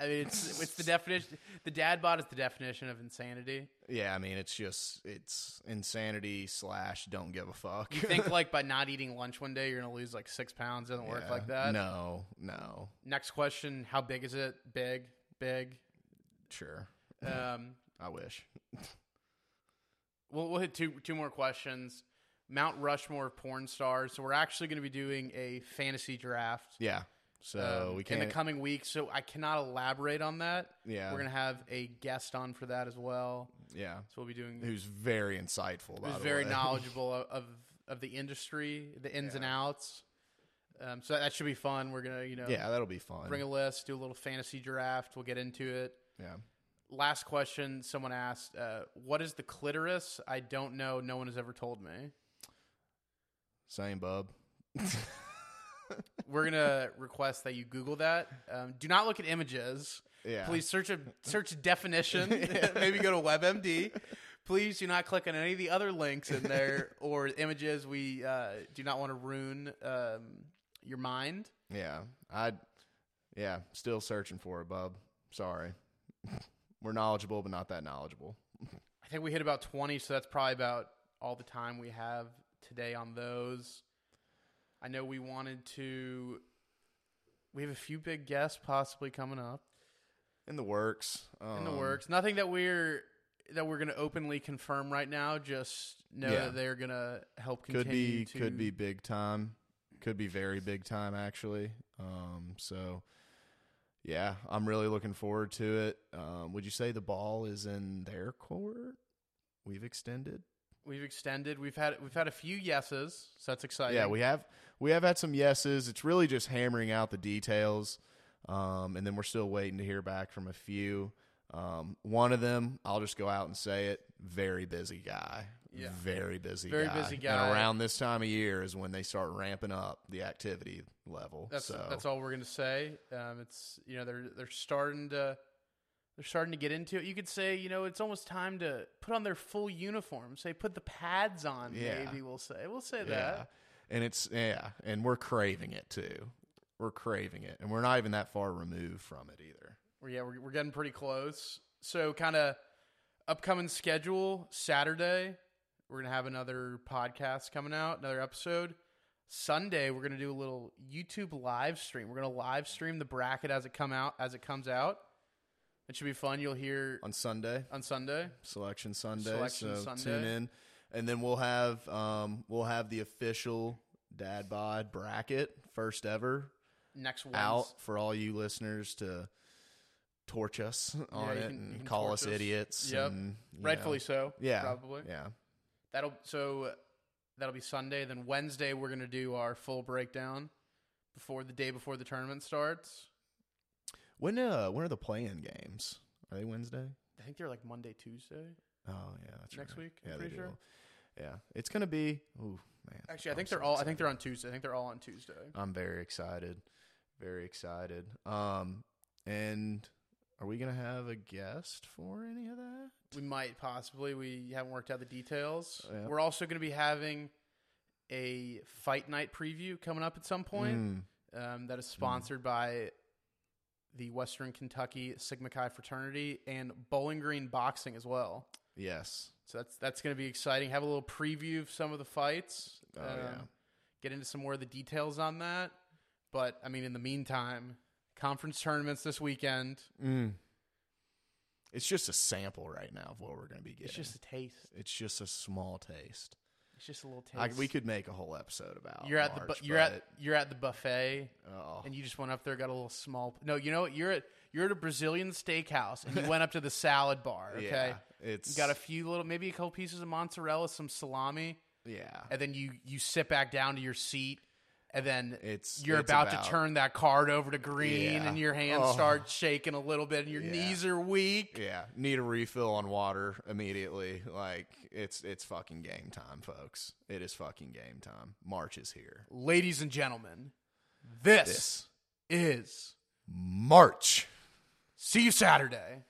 [SPEAKER 1] I mean,
[SPEAKER 2] <laughs>
[SPEAKER 1] it's it's the definition. The dad bod is the definition of insanity.
[SPEAKER 2] Yeah, I mean it's just it's insanity slash don't give a fuck. <laughs>
[SPEAKER 1] You <laughs> think like by not eating lunch one day, you're gonna lose like six pounds. Doesn't work
[SPEAKER 2] Yeah.
[SPEAKER 1] like that.
[SPEAKER 2] No, no.
[SPEAKER 1] Next question: How big is it? Big,
[SPEAKER 2] <laughs>
[SPEAKER 1] big.
[SPEAKER 2] Sure.
[SPEAKER 1] Um,
[SPEAKER 2] I wish.
[SPEAKER 1] we'll, we'll hit two two more questions. Mount Rushmore of porn stars. So we're actually going to be doing a fantasy draft.
[SPEAKER 2] Yeah. So
[SPEAKER 1] um,
[SPEAKER 2] we can't
[SPEAKER 1] in the coming weeks. So I cannot elaborate on that.
[SPEAKER 2] Yeah.
[SPEAKER 1] We're gonna have a guest on for that as well.
[SPEAKER 2] yeah.
[SPEAKER 1] So we'll be doing
[SPEAKER 2] Who's very insightful by
[SPEAKER 1] who's
[SPEAKER 2] the
[SPEAKER 1] very
[SPEAKER 2] way.
[SPEAKER 1] knowledgeable of, of of the industry, the ins and outs. Um, so that should be fun. We're gonna you know
[SPEAKER 2] Yeah, that'll be fun.
[SPEAKER 1] bring a list, do a little fantasy draft. We'll get into it.
[SPEAKER 2] yeah.
[SPEAKER 1] Last question someone asked, uh, what is the clitoris? I don't know. No one has ever told me.
[SPEAKER 2] Same bub.
[SPEAKER 1] We're gonna request that you Google that. Um, do not look at images.
[SPEAKER 2] Yeah.
[SPEAKER 1] Please search a search definition. <laughs> Maybe go to WebMD. Please do not click on any of the other links in there or images. We uh, do not want to ruin um, your mind.
[SPEAKER 2] Yeah, I. Yeah, still searching for it, bub. Sorry, <laughs> we're knowledgeable, but not that knowledgeable.
[SPEAKER 1] I think we hit about twenty, so that's probably about all the time we have today on those. I know we wanted to. We have a few big guests possibly coming up
[SPEAKER 2] In the works.
[SPEAKER 1] in the
[SPEAKER 2] um,
[SPEAKER 1] works. Nothing that we're that we're going to openly confirm right now. Just know
[SPEAKER 2] Yeah.
[SPEAKER 1] that they're going to help continue.
[SPEAKER 2] Um, Could be,
[SPEAKER 1] to-
[SPEAKER 2] could be big time. Could be very big time, actually. Um, so, yeah, I'm really looking forward to it. Um, would you say the ball is in their court? We've extended.
[SPEAKER 1] We've extended. We've had we've had a few yeses, so that's exciting.
[SPEAKER 2] yeah, we have we have had some yeses. It's really just hammering out the details, um, and then we're still waiting to hear back from a few. Um, one of them, I'll just go out and say it: very busy guy.
[SPEAKER 1] Yeah.
[SPEAKER 2] very busy,
[SPEAKER 1] Very
[SPEAKER 2] guy.
[SPEAKER 1] busy guy.
[SPEAKER 2] And around this time of year is when they start ramping up the activity level.
[SPEAKER 1] that's
[SPEAKER 2] so
[SPEAKER 1] that's all we're going to say. Um, it's you know they're they're starting to they're starting to get into it. You could say you know it's almost time to put on their full uniforms. Say put the pads on.
[SPEAKER 2] Yeah.
[SPEAKER 1] Maybe we'll say we'll say
[SPEAKER 2] yeah,
[SPEAKER 1] that.
[SPEAKER 2] and it's yeah, and we're craving it too. We're craving it, and we're not even that far removed from it either.
[SPEAKER 1] Well, yeah, we're, we're getting pretty close. So, kind of upcoming schedule Saturday, we're going to have another podcast coming out, another episode. Sunday, we're going to do a little YouTube live stream. We're going to live stream the bracket as it come out as it comes out. It should be fun. You'll hear
[SPEAKER 2] On Sunday,
[SPEAKER 1] on Sunday.
[SPEAKER 2] Selection Sunday.
[SPEAKER 1] Selection
[SPEAKER 2] so
[SPEAKER 1] Sunday.
[SPEAKER 2] tune in, and then we'll have um, we'll have the official dad bod bracket first ever
[SPEAKER 1] Next Wednesday.
[SPEAKER 2] out for all you listeners to torch us on
[SPEAKER 1] you
[SPEAKER 2] it
[SPEAKER 1] can- you
[SPEAKER 2] and
[SPEAKER 1] can
[SPEAKER 2] call
[SPEAKER 1] torch
[SPEAKER 2] us
[SPEAKER 1] us.
[SPEAKER 2] idiots.
[SPEAKER 1] Yep.
[SPEAKER 2] and, you
[SPEAKER 1] Rightfully so.
[SPEAKER 2] know. yeah,
[SPEAKER 1] Probably.
[SPEAKER 2] yeah.
[SPEAKER 1] That'll so uh, that'll be Sunday. Then Wednesday we're gonna do our full breakdown before the day before the tournament starts.
[SPEAKER 2] When uh when are the playing games? Are they Wednesday?
[SPEAKER 1] I think they're like Monday, Tuesday.
[SPEAKER 2] Oh yeah, that's
[SPEAKER 1] Next
[SPEAKER 2] right.
[SPEAKER 1] week, I'm
[SPEAKER 2] Yeah, they
[SPEAKER 1] pretty
[SPEAKER 2] do.
[SPEAKER 1] sure.
[SPEAKER 2] Yeah, it's gonna be. Ooh man.
[SPEAKER 1] Actually, I
[SPEAKER 2] I'm
[SPEAKER 1] think
[SPEAKER 2] so
[SPEAKER 1] they're all. I
[SPEAKER 2] excited.
[SPEAKER 1] think they're on Tuesday. I think they're all on Tuesday.
[SPEAKER 2] I'm very excited. Very excited. Um and are we going to have a guest for any of that?
[SPEAKER 1] We might possibly. We haven't worked out the details.
[SPEAKER 2] Oh, Yeah.
[SPEAKER 1] We're also going to be having a fight night preview coming up at some point.
[SPEAKER 2] Mm,
[SPEAKER 1] Um, that is sponsored by the Western Kentucky Sigma Chi fraternity and Bowling Green Boxing as well.
[SPEAKER 2] yes.
[SPEAKER 1] So that's that's going to be exciting. Have a little preview of some of the fights. um,
[SPEAKER 2] Oh, yeah.
[SPEAKER 1] Get into some more of the details on that. But I mean, in the meantime, conference tournaments this weekend.
[SPEAKER 2] Mm. It's just a sample right now of what we're going to be getting.
[SPEAKER 1] It's just a taste.
[SPEAKER 2] it's just a small taste.
[SPEAKER 1] It's just a little taste.
[SPEAKER 2] I, we could make a whole episode about.
[SPEAKER 1] You're at the
[SPEAKER 2] March,
[SPEAKER 1] bu- you're at you're at the buffet,
[SPEAKER 2] but- oh,
[SPEAKER 1] and you just went up there, got a little small. No, you know what? You're at You're at a Brazilian steakhouse and you went up to the salad
[SPEAKER 2] <laughs>
[SPEAKER 1] bar. Okay,
[SPEAKER 2] Yeah, it's
[SPEAKER 1] you got a few little, maybe a couple pieces of mozzarella, some salami,
[SPEAKER 2] yeah.
[SPEAKER 1] and then you you sit back down to your seat, and then
[SPEAKER 2] It's
[SPEAKER 1] you're
[SPEAKER 2] it's
[SPEAKER 1] about, to turn that card over to green,
[SPEAKER 2] Yeah.
[SPEAKER 1] and your hands
[SPEAKER 2] Oh.
[SPEAKER 1] start shaking a little bit, and your
[SPEAKER 2] Yeah.
[SPEAKER 1] knees are weak.
[SPEAKER 2] Yeah, need a refill on water immediately. Like it's it's fucking game time, folks. It is fucking game time. March is here.
[SPEAKER 1] Ladies and gentlemen, this,
[SPEAKER 2] This
[SPEAKER 1] is
[SPEAKER 2] March.
[SPEAKER 1] see you Saturday.